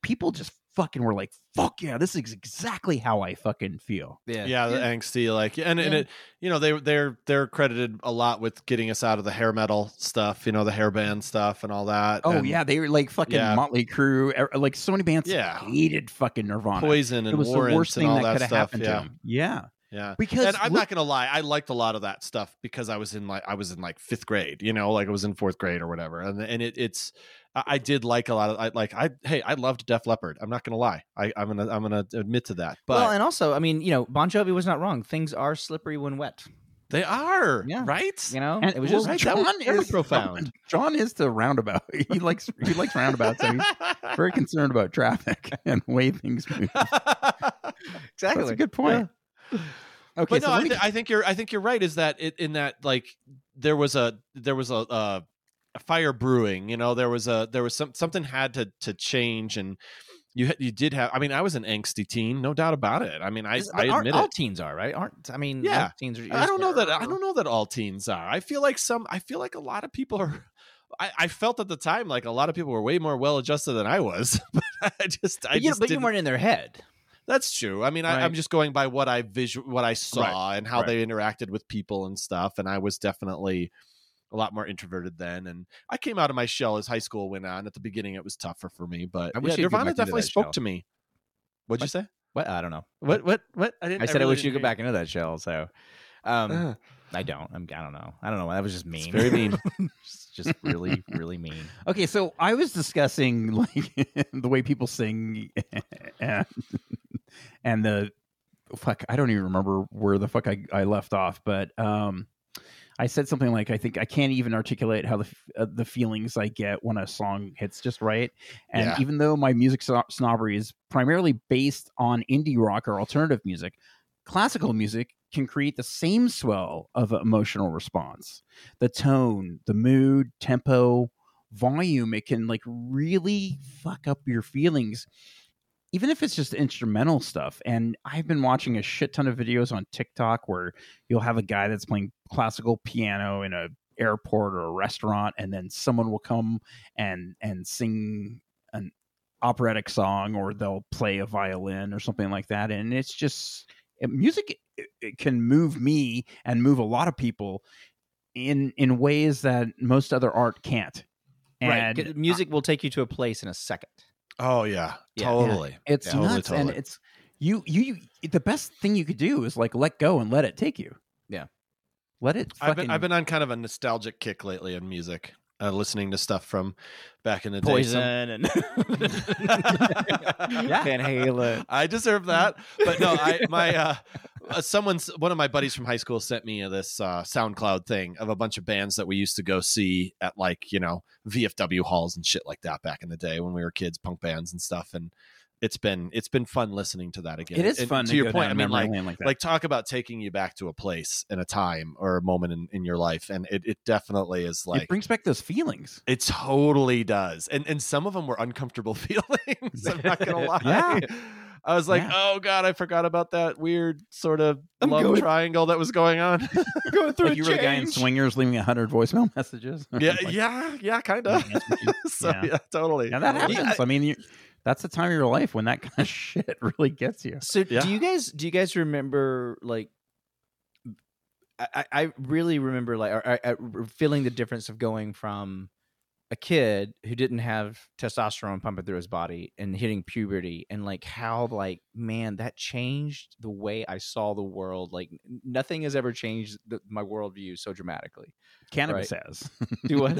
[SPEAKER 2] people just fucking were like fuck yeah this is exactly how i fucking feel
[SPEAKER 3] Yeah.
[SPEAKER 1] yeah, uh, the angsty like and and
[SPEAKER 2] Yeah.
[SPEAKER 1] it you know they they're they're credited a lot with getting us out of the hair metal stuff you know the hair band stuff and all that
[SPEAKER 2] Oh
[SPEAKER 1] and
[SPEAKER 2] yeah, they were like fucking
[SPEAKER 1] Yeah.
[SPEAKER 2] Motley Crue, er- like so many bands
[SPEAKER 1] Yeah.
[SPEAKER 2] hated fucking Nirvana.
[SPEAKER 1] poison
[SPEAKER 2] it
[SPEAKER 1] and
[SPEAKER 2] was the
[SPEAKER 1] warrants
[SPEAKER 2] worst
[SPEAKER 1] and
[SPEAKER 2] thing
[SPEAKER 1] all
[SPEAKER 2] that, could
[SPEAKER 1] that
[SPEAKER 2] have
[SPEAKER 1] stuff
[SPEAKER 2] happened to
[SPEAKER 1] yeah
[SPEAKER 2] them. Yeah,
[SPEAKER 1] yeah
[SPEAKER 2] because
[SPEAKER 1] and i'm
[SPEAKER 2] look-
[SPEAKER 1] not gonna lie i liked a lot of that stuff because i was in like i was in like fifth grade you know like i was in fourth grade or whatever and and it, it's I I did like a lot of I like I hey I loved Def Leppard I'm not gonna lie I I'm gonna I'm gonna admit to that but
[SPEAKER 3] well, and also, I mean, you know, Bon Jovi was not wrong. Things are slippery when wet.
[SPEAKER 1] they are
[SPEAKER 3] Yeah.
[SPEAKER 1] right
[SPEAKER 3] You know,
[SPEAKER 2] and
[SPEAKER 3] it was
[SPEAKER 2] well,
[SPEAKER 3] just
[SPEAKER 1] right, that
[SPEAKER 2] John
[SPEAKER 1] was very
[SPEAKER 2] is
[SPEAKER 1] profound.
[SPEAKER 2] John, John is the roundabout. He likes he likes roundabouts. So he's very concerned about traffic and the way things move.
[SPEAKER 3] exactly
[SPEAKER 2] That's a good point. Okay,
[SPEAKER 1] but
[SPEAKER 2] so
[SPEAKER 1] no, I,
[SPEAKER 2] let me
[SPEAKER 1] th- I think you're. I think you're right. Is that it, in that like there was a there was a, uh a fire brewing. You know, there was a there was some something had to to change, and you ha- you did have. I mean, I was an angsty teen, no doubt about it. I mean, I
[SPEAKER 3] Is-
[SPEAKER 1] I
[SPEAKER 3] but aren't
[SPEAKER 1] admit
[SPEAKER 3] all
[SPEAKER 1] it.
[SPEAKER 3] teens are right? Aren't I mean?
[SPEAKER 1] Yeah.
[SPEAKER 3] most teens are.
[SPEAKER 1] I don't know that. I don't know that all teens are. I feel like some. I feel like a lot of people are. I, I felt at the time like a lot of people were way more well adjusted than I was. But I just, I
[SPEAKER 3] But, you,
[SPEAKER 1] just
[SPEAKER 3] but you
[SPEAKER 1] didn't-
[SPEAKER 3] weren't in their head.
[SPEAKER 1] That's true. I mean, I, I'm
[SPEAKER 2] Right.
[SPEAKER 1] just going by what I visual, what I saw, and how
[SPEAKER 2] right.
[SPEAKER 1] they interacted with people and stuff. And I was definitely a lot more introverted then, and I came out of my shell as high school went on. At the beginning, it was tougher for me, but
[SPEAKER 3] I wish
[SPEAKER 1] yeah,
[SPEAKER 3] you'd go back
[SPEAKER 1] Nirvana
[SPEAKER 3] into
[SPEAKER 1] definitely
[SPEAKER 3] that
[SPEAKER 1] spoke
[SPEAKER 3] shell.
[SPEAKER 1] to me. What'd you
[SPEAKER 3] What?
[SPEAKER 1] say?
[SPEAKER 3] What I don't know.
[SPEAKER 1] What? What? What? didn't.
[SPEAKER 3] I said I
[SPEAKER 1] really
[SPEAKER 3] wish you
[SPEAKER 1] didn't
[SPEAKER 3] could go
[SPEAKER 1] hear
[SPEAKER 3] back into that shell. So, um,
[SPEAKER 1] you. Ugh.
[SPEAKER 3] I don't. I'm, I don't know. I don't know. That was just mean.
[SPEAKER 1] very mean.
[SPEAKER 3] It's just really, really mean.
[SPEAKER 2] Okay, so I was discussing like the way people sing and, and the fuck, I don't even remember where the fuck I, I left off, but um I said something like, "I think I can't even articulate how the f- uh, the feelings I get when a song hits just right." And
[SPEAKER 1] Yeah.
[SPEAKER 2] even though my music so- snobbery is primarily based on indie rock or alternative music, classical music can create the same swell of emotional response. The tone, the mood, tempo, volume, it can like really fuck up your feelings. Even if it's just instrumental stuff. And I've been watching a shit ton of videos on TikTok where you'll have a guy that's playing classical piano in a airport or a restaurant and then someone will come and and sing an operatic song or they'll play a violin or something like that and it's just it- music it, it can move me and move a lot of people in in ways that most other art can't
[SPEAKER 3] right.
[SPEAKER 2] and
[SPEAKER 3] 'cause Music will take you to a place in a second.
[SPEAKER 1] Oh yeah,
[SPEAKER 3] Yeah.
[SPEAKER 1] totally.
[SPEAKER 2] it's
[SPEAKER 1] Totally,
[SPEAKER 2] nuts and
[SPEAKER 1] totally.
[SPEAKER 2] it's you, you you the best thing you could do is like let go and let it take you
[SPEAKER 3] Yeah.
[SPEAKER 2] let it fucking
[SPEAKER 1] I've been I've been on kind of a nostalgic kick lately in music, uh, listening to stuff from back in the
[SPEAKER 3] Poison
[SPEAKER 1] day.
[SPEAKER 3] and
[SPEAKER 1] Some-
[SPEAKER 2] Yeah.
[SPEAKER 3] Van Halen.
[SPEAKER 1] I deserve that, but no, I my uh, uh, someone's one of my buddies from high school sent me this uh, SoundCloud thing of a bunch of bands that we used to go see at like you know VFW halls and shit like that back in the day when we were kids, punk bands and stuff, and it's been it's been fun listening to that again.
[SPEAKER 2] it is
[SPEAKER 1] And
[SPEAKER 2] fun
[SPEAKER 1] to,
[SPEAKER 2] to
[SPEAKER 1] your
[SPEAKER 2] go
[SPEAKER 1] point.
[SPEAKER 2] down
[SPEAKER 1] I mean,
[SPEAKER 2] memory
[SPEAKER 1] like
[SPEAKER 2] lane like that.
[SPEAKER 1] like talk about taking you back to a place and a time or a moment in, in your life and it, it definitely is like
[SPEAKER 2] it brings back those feelings.
[SPEAKER 1] it totally does and and some of them were uncomfortable feelings i'm not gonna lie
[SPEAKER 2] Yeah.
[SPEAKER 1] i was like
[SPEAKER 2] Yeah.
[SPEAKER 1] oh god i forgot about that weird sort of
[SPEAKER 3] I'm
[SPEAKER 1] love
[SPEAKER 3] going-
[SPEAKER 1] triangle that was going on
[SPEAKER 3] Going through
[SPEAKER 2] Like you were the guy in swingers leaving hundred voicemail messages.
[SPEAKER 1] yeah
[SPEAKER 2] Like,
[SPEAKER 1] yeah yeah kind
[SPEAKER 2] no
[SPEAKER 1] of
[SPEAKER 2] answer to you.
[SPEAKER 1] so yeah,
[SPEAKER 2] Yeah.
[SPEAKER 1] totally
[SPEAKER 2] yeah, that
[SPEAKER 1] Yeah,
[SPEAKER 2] happens. I mean, you, that's the time of your life when that kind of shit really gets you.
[SPEAKER 3] So
[SPEAKER 1] Yeah.
[SPEAKER 3] do you guys do you guys remember like I, I- I really remember like or, I- I re- feeling the difference of going from a kid who didn't have testosterone pumping through his body and hitting puberty and like how like man that changed the way I saw the world like n- nothing has ever changed the, my worldview so dramatically.
[SPEAKER 2] Cannabis has.
[SPEAKER 3] Do what?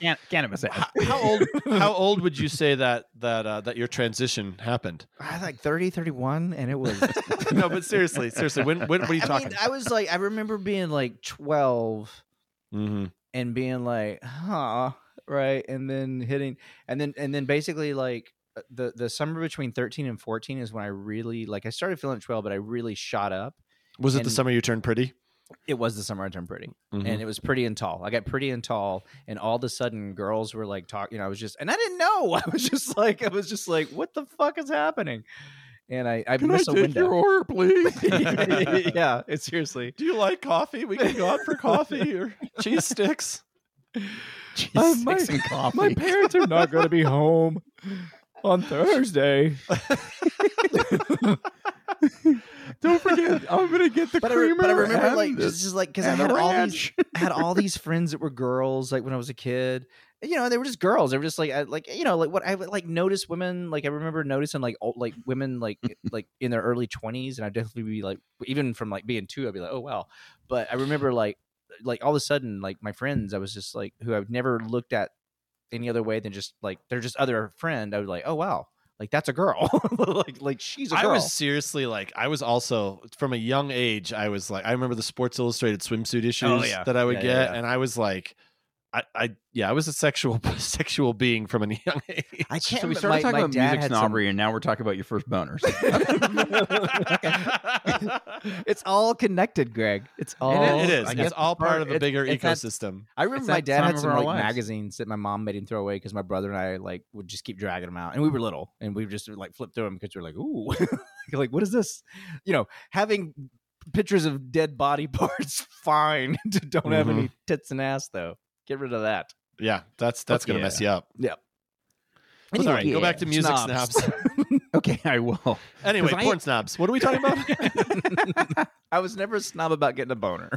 [SPEAKER 2] Can- cannabis has.
[SPEAKER 1] how, how old how old would you say that that uh, that your transition happened
[SPEAKER 3] I was like 30, 31, and it was
[SPEAKER 1] no but seriously seriously when when what are you
[SPEAKER 3] I
[SPEAKER 1] talking
[SPEAKER 3] mean I was like I remember being like twelve
[SPEAKER 1] mm-hmm.
[SPEAKER 3] and being like, huh, right? And then hitting, and then and then basically like uh, the the summer between thirteen and fourteen is when I really like I started feeling twelve, but I really shot up.
[SPEAKER 1] Was it the
[SPEAKER 3] And-
[SPEAKER 1] summer you turned pretty? Mm-hmm.
[SPEAKER 3] It was the summer I turned pretty, and it was pretty and tall. I got pretty and tall, and all of a sudden, girls were like talking. You know, I was just, and I didn't know. I was just like, I was just like, what the fuck is happening? And I, I missed a window.
[SPEAKER 2] order, please?
[SPEAKER 3] yeah, it's seriously.
[SPEAKER 1] Do you like coffee? We can go out for coffee or cheese sticks.
[SPEAKER 2] Jeez, sticks
[SPEAKER 3] my-
[SPEAKER 2] and coffee.
[SPEAKER 3] parents are not going to be home on Thursday.
[SPEAKER 2] Don't forget, I'm gonna get the
[SPEAKER 3] but I, re-
[SPEAKER 2] creamer.
[SPEAKER 3] but I remember
[SPEAKER 2] and
[SPEAKER 3] like
[SPEAKER 2] the-
[SPEAKER 3] just, just like because I
[SPEAKER 2] and
[SPEAKER 3] had
[SPEAKER 2] a
[SPEAKER 3] all these
[SPEAKER 2] ranch.
[SPEAKER 3] I had all these friends that were girls like when I was a kid. You know, they were just girls. They were just like I, like you know like what I would, like noticed women like I remember noticing like old, like women like like in their early twenties, and I'd definitely be like even from like being two, I'd be like oh wow. But I remember like like all of a sudden like my friends, I was just like who I've never looked at any other way than just like they're just other friend. I was like oh wow. Like that's a girl, like like she's a
[SPEAKER 1] I
[SPEAKER 3] girl.
[SPEAKER 1] was seriously like, I was also from a young age. I was like, I remember the Sports Illustrated swimsuit issues
[SPEAKER 2] yeah.
[SPEAKER 1] that I would
[SPEAKER 3] Oh, Yeah, yeah,
[SPEAKER 1] get,
[SPEAKER 3] yeah.
[SPEAKER 1] and I was like, I, I, yeah, I was a sexual sexual being from a young age.
[SPEAKER 3] I can't.
[SPEAKER 2] so we
[SPEAKER 3] remem-
[SPEAKER 2] started
[SPEAKER 3] my-
[SPEAKER 2] talking
[SPEAKER 3] my
[SPEAKER 2] about
[SPEAKER 3] dad
[SPEAKER 2] music
[SPEAKER 3] had some-
[SPEAKER 2] snobbery, and now we're talking about your first boners.
[SPEAKER 3] it's all connected, Greg. It's all
[SPEAKER 1] it is.
[SPEAKER 2] I guess
[SPEAKER 1] It's all
[SPEAKER 2] it's part-
[SPEAKER 1] part of a
[SPEAKER 2] it's-
[SPEAKER 1] bigger
[SPEAKER 3] it's that-
[SPEAKER 1] ecosystem.
[SPEAKER 3] I remember
[SPEAKER 2] that
[SPEAKER 3] my dad
[SPEAKER 2] time
[SPEAKER 3] had
[SPEAKER 2] of
[SPEAKER 3] some
[SPEAKER 2] our
[SPEAKER 3] like
[SPEAKER 2] lives.
[SPEAKER 3] magazines that my mom made him throw away because my brother and I like would just keep dragging them out, and we were little, and we would just like flip through them because we are like, ooh, like what is this? You know, having pictures of dead body parts, fine. Don't have
[SPEAKER 1] Mm-hmm.
[SPEAKER 3] any tits and ass though. Get rid of that.
[SPEAKER 1] Yeah, that's that's gonna
[SPEAKER 2] yeah.
[SPEAKER 1] mess you up.
[SPEAKER 2] But
[SPEAKER 1] Sorry, go back to
[SPEAKER 3] yeah,
[SPEAKER 1] music
[SPEAKER 3] snobs.
[SPEAKER 1] snobs.
[SPEAKER 2] okay, I will.
[SPEAKER 1] anyway,
[SPEAKER 2] 'Cause I-
[SPEAKER 1] porn snobs. What are we talking about?
[SPEAKER 3] I was never a snob about getting a boner.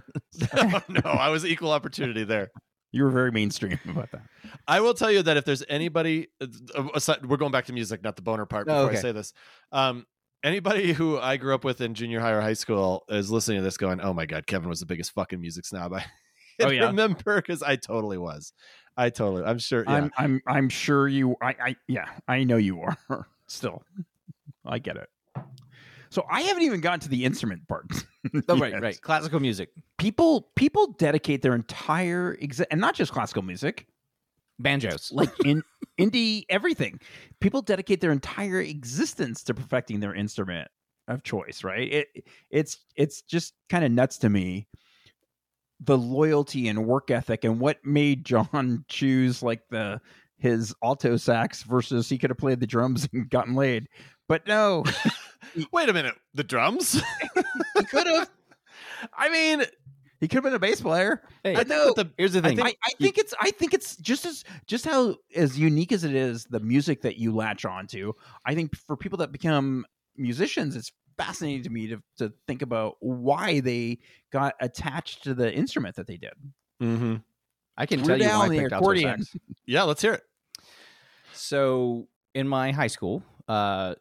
[SPEAKER 1] Oh, no, I was equal opportunity there.
[SPEAKER 2] You were very mainstream about that.
[SPEAKER 1] I will tell you that if there's anybody, uh, aside, we're going back to music, not the boner part.
[SPEAKER 3] Oh,
[SPEAKER 1] Before I
[SPEAKER 3] okay.
[SPEAKER 1] say this, um, anybody who I grew up with in junior high or high school is listening to this, going, "Oh my god, Kevin was the biggest fucking music snob." I
[SPEAKER 2] Oh, yeah.
[SPEAKER 1] remember because I totally was. I totally. I'm sure. Yeah.
[SPEAKER 2] I'm I'm I'm sure you I, I yeah, I know you are still. I get it. So I haven't even gotten to the instrument part.
[SPEAKER 3] Oh, right,
[SPEAKER 2] yet.
[SPEAKER 3] right. Classical music,
[SPEAKER 2] People people dedicate their entire exi- and not just classical music,
[SPEAKER 3] banjos.
[SPEAKER 2] like in indie everything. People dedicate their entire existence to perfecting their instrument of choice, right? It it's it's just kind of nuts to me the loyalty and work ethic and what made John choose like the his alto sax versus he could have played the drums and gotten laid. But no, e
[SPEAKER 1] Wait a minute, the drums.
[SPEAKER 2] he could have.
[SPEAKER 1] I mean,
[SPEAKER 2] He could have been a bass player.
[SPEAKER 3] Hey,
[SPEAKER 1] I
[SPEAKER 2] know.
[SPEAKER 1] think that the
[SPEAKER 3] here's the
[SPEAKER 2] I
[SPEAKER 3] thing.
[SPEAKER 2] think, I, I think it's I think it's just as just how as unique as it is the music that you latch onto. I think for people that become musicians, it's fascinating to me to, to think about why they got attached to the instrument that they did. Mm-hmm.
[SPEAKER 1] Mhm.
[SPEAKER 3] I can tell
[SPEAKER 2] Weird
[SPEAKER 3] you
[SPEAKER 2] Al
[SPEAKER 3] why I
[SPEAKER 2] and the
[SPEAKER 3] picked
[SPEAKER 2] accordion.
[SPEAKER 3] accordion.
[SPEAKER 1] yeah, let's hear it.
[SPEAKER 3] So in my high school, uh,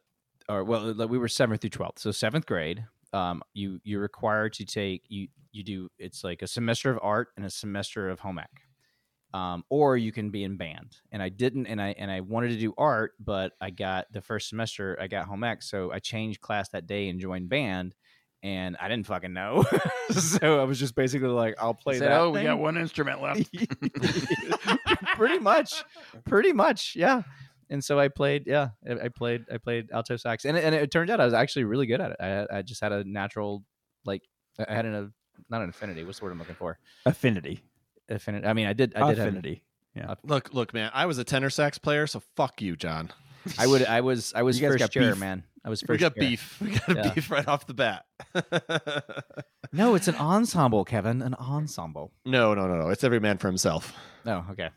[SPEAKER 3] or well, like, we were seventh through twelfth. So seventh grade, um, you you're required to take you you do it's like a semester of art and a semester of home ec, um, or you can be in band. And I didn't, and I and I wanted to do art, but I got the first semester I got home ec, so I changed class that day and joined band. And I didn't fucking know, so I was just basically like, "I'll play
[SPEAKER 2] They said,
[SPEAKER 3] that."
[SPEAKER 2] oh, we
[SPEAKER 3] thing."
[SPEAKER 2] got one instrument left.
[SPEAKER 3] pretty much, pretty much, yeah. And so I played, yeah, I I played, I played alto sax, and it, and it turned out I was actually really good at it. I, I just had a natural, like, I had an a not an affinity. What's the word I'm looking for?
[SPEAKER 2] Affinity.
[SPEAKER 3] Affinity. I mean, I did, I did. Have,
[SPEAKER 2] affinity.
[SPEAKER 1] Look, look, man. I was a tenor sax player, so fuck you, John.
[SPEAKER 3] I would, I was, I was
[SPEAKER 2] You guys
[SPEAKER 3] first
[SPEAKER 2] got
[SPEAKER 3] chair,
[SPEAKER 2] beef.
[SPEAKER 3] man. I was first.
[SPEAKER 1] we got
[SPEAKER 3] chair.
[SPEAKER 1] beef. We got a
[SPEAKER 3] Yeah.
[SPEAKER 1] beef right off the bat.
[SPEAKER 3] No, it's an ensemble, Kevin. An ensemble.
[SPEAKER 1] no, no, no, no. It's every man for himself.
[SPEAKER 3] No, okay.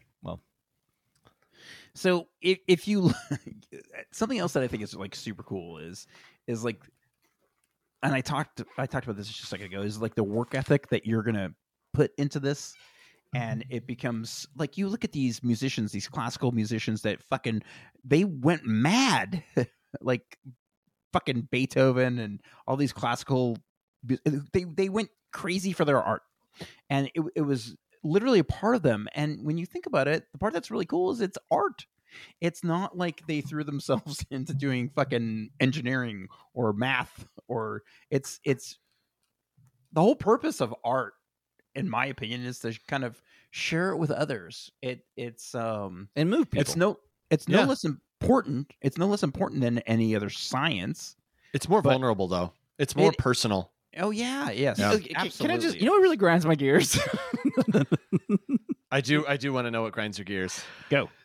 [SPEAKER 2] So if if you something else that I think is like super cool is is like and I talked I talked about this just a second ago is like the work ethic that you're gonna put into this and it becomes like you look at these musicians these classical musicians that fucking they went mad like fucking Beethoven and all these classical mu- they they went crazy for their art and it, it was literally a part of them and when you think about it the part that's really cool is it's art it's not like they threw themselves into doing fucking engineering or math or it's it's the whole purpose of art in my opinion is to kind of share it with others it it's um
[SPEAKER 3] And move people.
[SPEAKER 2] it's no it's no
[SPEAKER 1] Yeah.
[SPEAKER 2] less important it's no less important than any other science
[SPEAKER 1] It's more
[SPEAKER 2] But-
[SPEAKER 1] vulnerable though. It's more
[SPEAKER 2] It-
[SPEAKER 1] personal.
[SPEAKER 2] oh yeah yes
[SPEAKER 1] Yeah.
[SPEAKER 3] Okay, can- Can I just? You know what really grinds my gears?
[SPEAKER 1] I do. I do want to know what grinds your gears.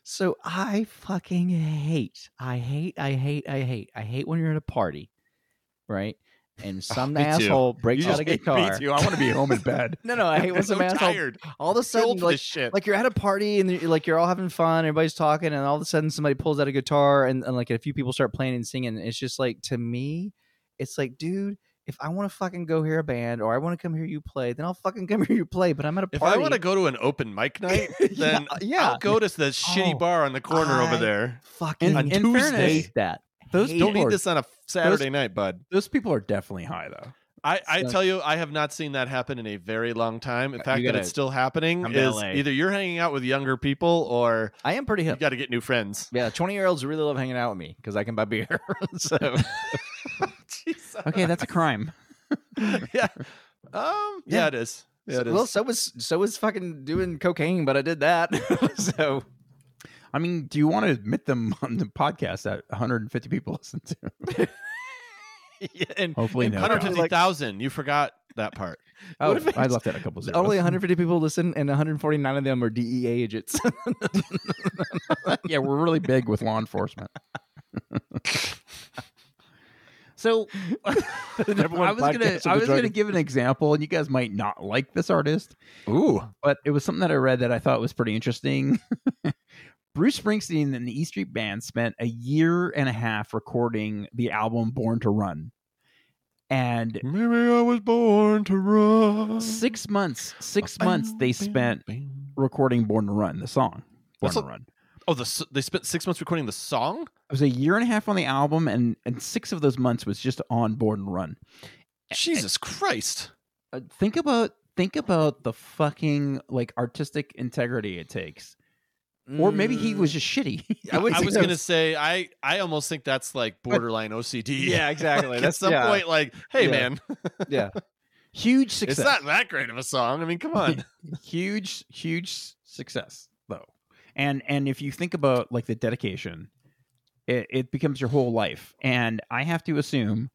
[SPEAKER 3] So I fucking hate, I hate, I hate, I hate, I hate when you're at a party, right? And some
[SPEAKER 1] me too.
[SPEAKER 3] asshole breaks out a guitar.
[SPEAKER 2] me too i want to be home in bed
[SPEAKER 3] No, no, I hate when some
[SPEAKER 1] I'm
[SPEAKER 3] asshole.
[SPEAKER 1] tired.
[SPEAKER 3] All of a
[SPEAKER 1] So
[SPEAKER 3] sudden,
[SPEAKER 1] old for
[SPEAKER 3] like,
[SPEAKER 1] this shit.
[SPEAKER 3] like you're at a party and you're, like you're all having fun, everybody's talking, and all of a sudden somebody pulls out a guitar and, and like a few people start playing and singing. It's just like to me, it's like, dude. If I want to fucking go hear a band or I want to come hear you play, then I'll fucking come hear you play. But I'm at a
[SPEAKER 1] if
[SPEAKER 3] party.
[SPEAKER 1] I want to go to an open mic night,
[SPEAKER 3] yeah,
[SPEAKER 1] then
[SPEAKER 3] yeah.
[SPEAKER 1] I'll go to the shitty
[SPEAKER 3] Oh,
[SPEAKER 1] bar on the corner
[SPEAKER 3] I
[SPEAKER 1] over there.
[SPEAKER 3] fucking
[SPEAKER 1] on
[SPEAKER 2] in
[SPEAKER 1] Tuesday.
[SPEAKER 2] fairness,
[SPEAKER 3] hate that.
[SPEAKER 2] those
[SPEAKER 3] Hate
[SPEAKER 1] Don't
[SPEAKER 2] people
[SPEAKER 1] need
[SPEAKER 2] are-
[SPEAKER 1] this on a Saturday night, bud.
[SPEAKER 2] those people are definitely high though
[SPEAKER 1] I, I
[SPEAKER 3] So-
[SPEAKER 1] tell you, I have not seen that happen in a very long time. In
[SPEAKER 3] You
[SPEAKER 1] fact, that
[SPEAKER 3] gotta
[SPEAKER 1] it's still happening
[SPEAKER 3] come to
[SPEAKER 1] is
[SPEAKER 3] LA.
[SPEAKER 1] either you're hanging out with younger people or
[SPEAKER 3] I am pretty
[SPEAKER 1] you
[SPEAKER 3] hip.
[SPEAKER 1] got to get new friends.
[SPEAKER 3] Yeah, twenty year olds really love hanging out with me because I can buy beer. so
[SPEAKER 1] Jesus.
[SPEAKER 2] okay that's a crime
[SPEAKER 1] yeah. Um. Yeah.
[SPEAKER 3] Yeah.
[SPEAKER 1] It is. Yeah. It is.
[SPEAKER 3] well, so was so was fucking doing cocaine, but I did that. so
[SPEAKER 2] I mean, do you want to admit them on the podcast that 150 people listen to?
[SPEAKER 3] yeah, and
[SPEAKER 2] Hopefully, no.
[SPEAKER 3] God.
[SPEAKER 1] Hundred fifty thousand. You forgot that part.
[SPEAKER 2] Oh,
[SPEAKER 3] What if
[SPEAKER 2] I
[SPEAKER 3] it's-
[SPEAKER 2] left out a couple zeros.
[SPEAKER 3] only 150 people listen, and 149 of them are DEA agents.
[SPEAKER 2] yeah, we're really big with law enforcement. so I was gonna I was gonna give an example, and you guys might not like this artist,
[SPEAKER 1] Ooh.
[SPEAKER 2] but it was something that I read that I thought was pretty interesting. Bruce Springsteen and the E Street Band spent a year and a half recording the album Born to Run. And
[SPEAKER 1] Maybe I was born to run.
[SPEAKER 2] six months, six months they spent recording Born to Run, the song. Born
[SPEAKER 1] That's
[SPEAKER 2] to
[SPEAKER 1] a-
[SPEAKER 2] Run.
[SPEAKER 1] Oh, the s- they spent six months recording the song.
[SPEAKER 2] It was a year and a half on the album, and, and six of those months was just on Born to Run.
[SPEAKER 1] Jesus Christ!
[SPEAKER 2] Uh, think about think about the fucking like artistic integrity it takes or maybe
[SPEAKER 3] Mm.
[SPEAKER 2] he was just shitty.
[SPEAKER 1] Mm. I,
[SPEAKER 2] would
[SPEAKER 1] was gonna say I I almost think that's like borderline OCD.
[SPEAKER 3] Yeah, exactly.
[SPEAKER 1] Like, at
[SPEAKER 3] That's
[SPEAKER 1] some
[SPEAKER 3] yeah,
[SPEAKER 1] point, like, hey
[SPEAKER 3] Yeah.
[SPEAKER 1] man,
[SPEAKER 3] Yeah.
[SPEAKER 2] huge
[SPEAKER 1] it's
[SPEAKER 2] success.
[SPEAKER 1] not that great of a song. I mean, come on.
[SPEAKER 2] huge huge s- success though and and if you think about like the dedication it, it becomes your whole life and i have to assume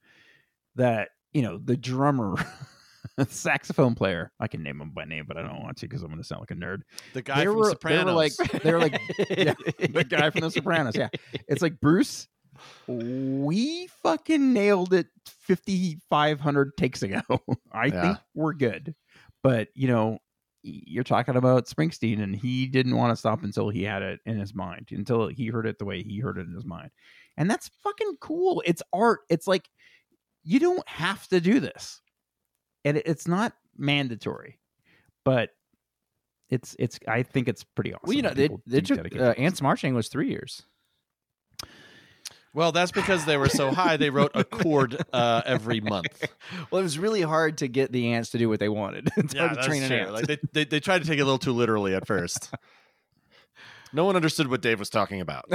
[SPEAKER 2] that you know the drummer saxophone player i can name him by name but i don't want to because i'm going to sound like a nerd
[SPEAKER 1] The guy
[SPEAKER 2] They
[SPEAKER 1] from
[SPEAKER 2] were- they were
[SPEAKER 1] Sopranos.
[SPEAKER 2] like- they were like- yeah, the guy from the sopranos yeah it's like bruce we fucking nailed it 5500 takes ago i
[SPEAKER 1] Yeah.
[SPEAKER 2] think we're good but you know y- you're talking about springsteen and he didn't want to stop until he had it in his mind until he heard it the way he heard it in his mind and that's fucking cool it's art it's like you don't have to do this and it- it's not mandatory but it's it's i think it's pretty awesome
[SPEAKER 3] Well, you know,
[SPEAKER 2] when
[SPEAKER 3] they,
[SPEAKER 2] people
[SPEAKER 3] they
[SPEAKER 2] do
[SPEAKER 3] took
[SPEAKER 2] dedication.
[SPEAKER 3] uh, Ants Marching was three years.
[SPEAKER 1] well, that's because they were so high. They wrote a chord uh, every month.
[SPEAKER 3] Well, it was really hard to get the ants to do what they wanted. It's hard to
[SPEAKER 1] that's
[SPEAKER 3] train an
[SPEAKER 1] true.
[SPEAKER 3] ant.
[SPEAKER 1] Like they, they they tried to take it a little too literally at first. no one understood what Dave was talking about.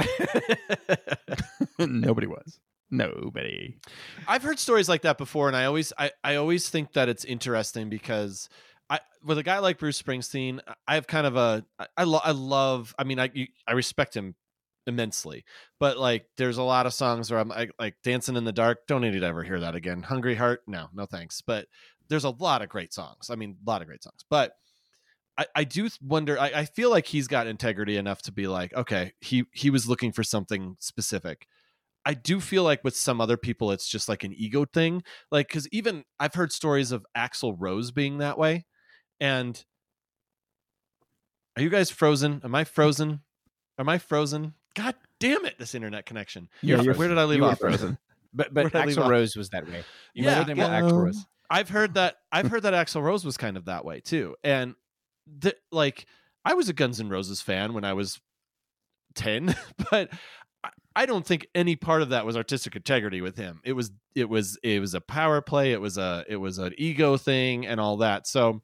[SPEAKER 2] Nobody was. Nobody.
[SPEAKER 1] I've heard stories like that before, and I always I, I always think that it's interesting because I with a guy like Bruce Springsteen, I- I have kind of a I I, lo- I love I mean I you, I respect him immensely, but like there's a lot of songs where I'm I, like dancing in the dark. Don't need to ever hear that again. Hungry Heart, no, no thanks. But there's a lot of great songs. I mean, a lot of great songs, but. I, I do wonder. I, I feel like he's got integrity enough to be like, okay, he he was looking for something specific. I do feel like with some other people, it's just like an ego thing. Like, because even I've heard stories of Axl Rose being that way. And are you guys frozen? Am I frozen? Am I frozen? God damn it! This internet connection.
[SPEAKER 2] Yeah, you're
[SPEAKER 1] where did I leave
[SPEAKER 2] You were
[SPEAKER 1] off?
[SPEAKER 2] frozen.
[SPEAKER 3] but
[SPEAKER 1] Where
[SPEAKER 3] but
[SPEAKER 1] did I leave
[SPEAKER 3] Axl
[SPEAKER 1] off?
[SPEAKER 3] Rose was that way. You
[SPEAKER 1] Yeah,
[SPEAKER 3] know their name was Axl Rose.
[SPEAKER 1] I've heard that. I've heard that Axl Rose was kind of that way too. And th- like, I was a Guns N' Roses fan when I was ten, but I- I don't think any part of that was artistic integrity with him. It was. It was. It was a power play. It was a. It was an ego thing and all that. So,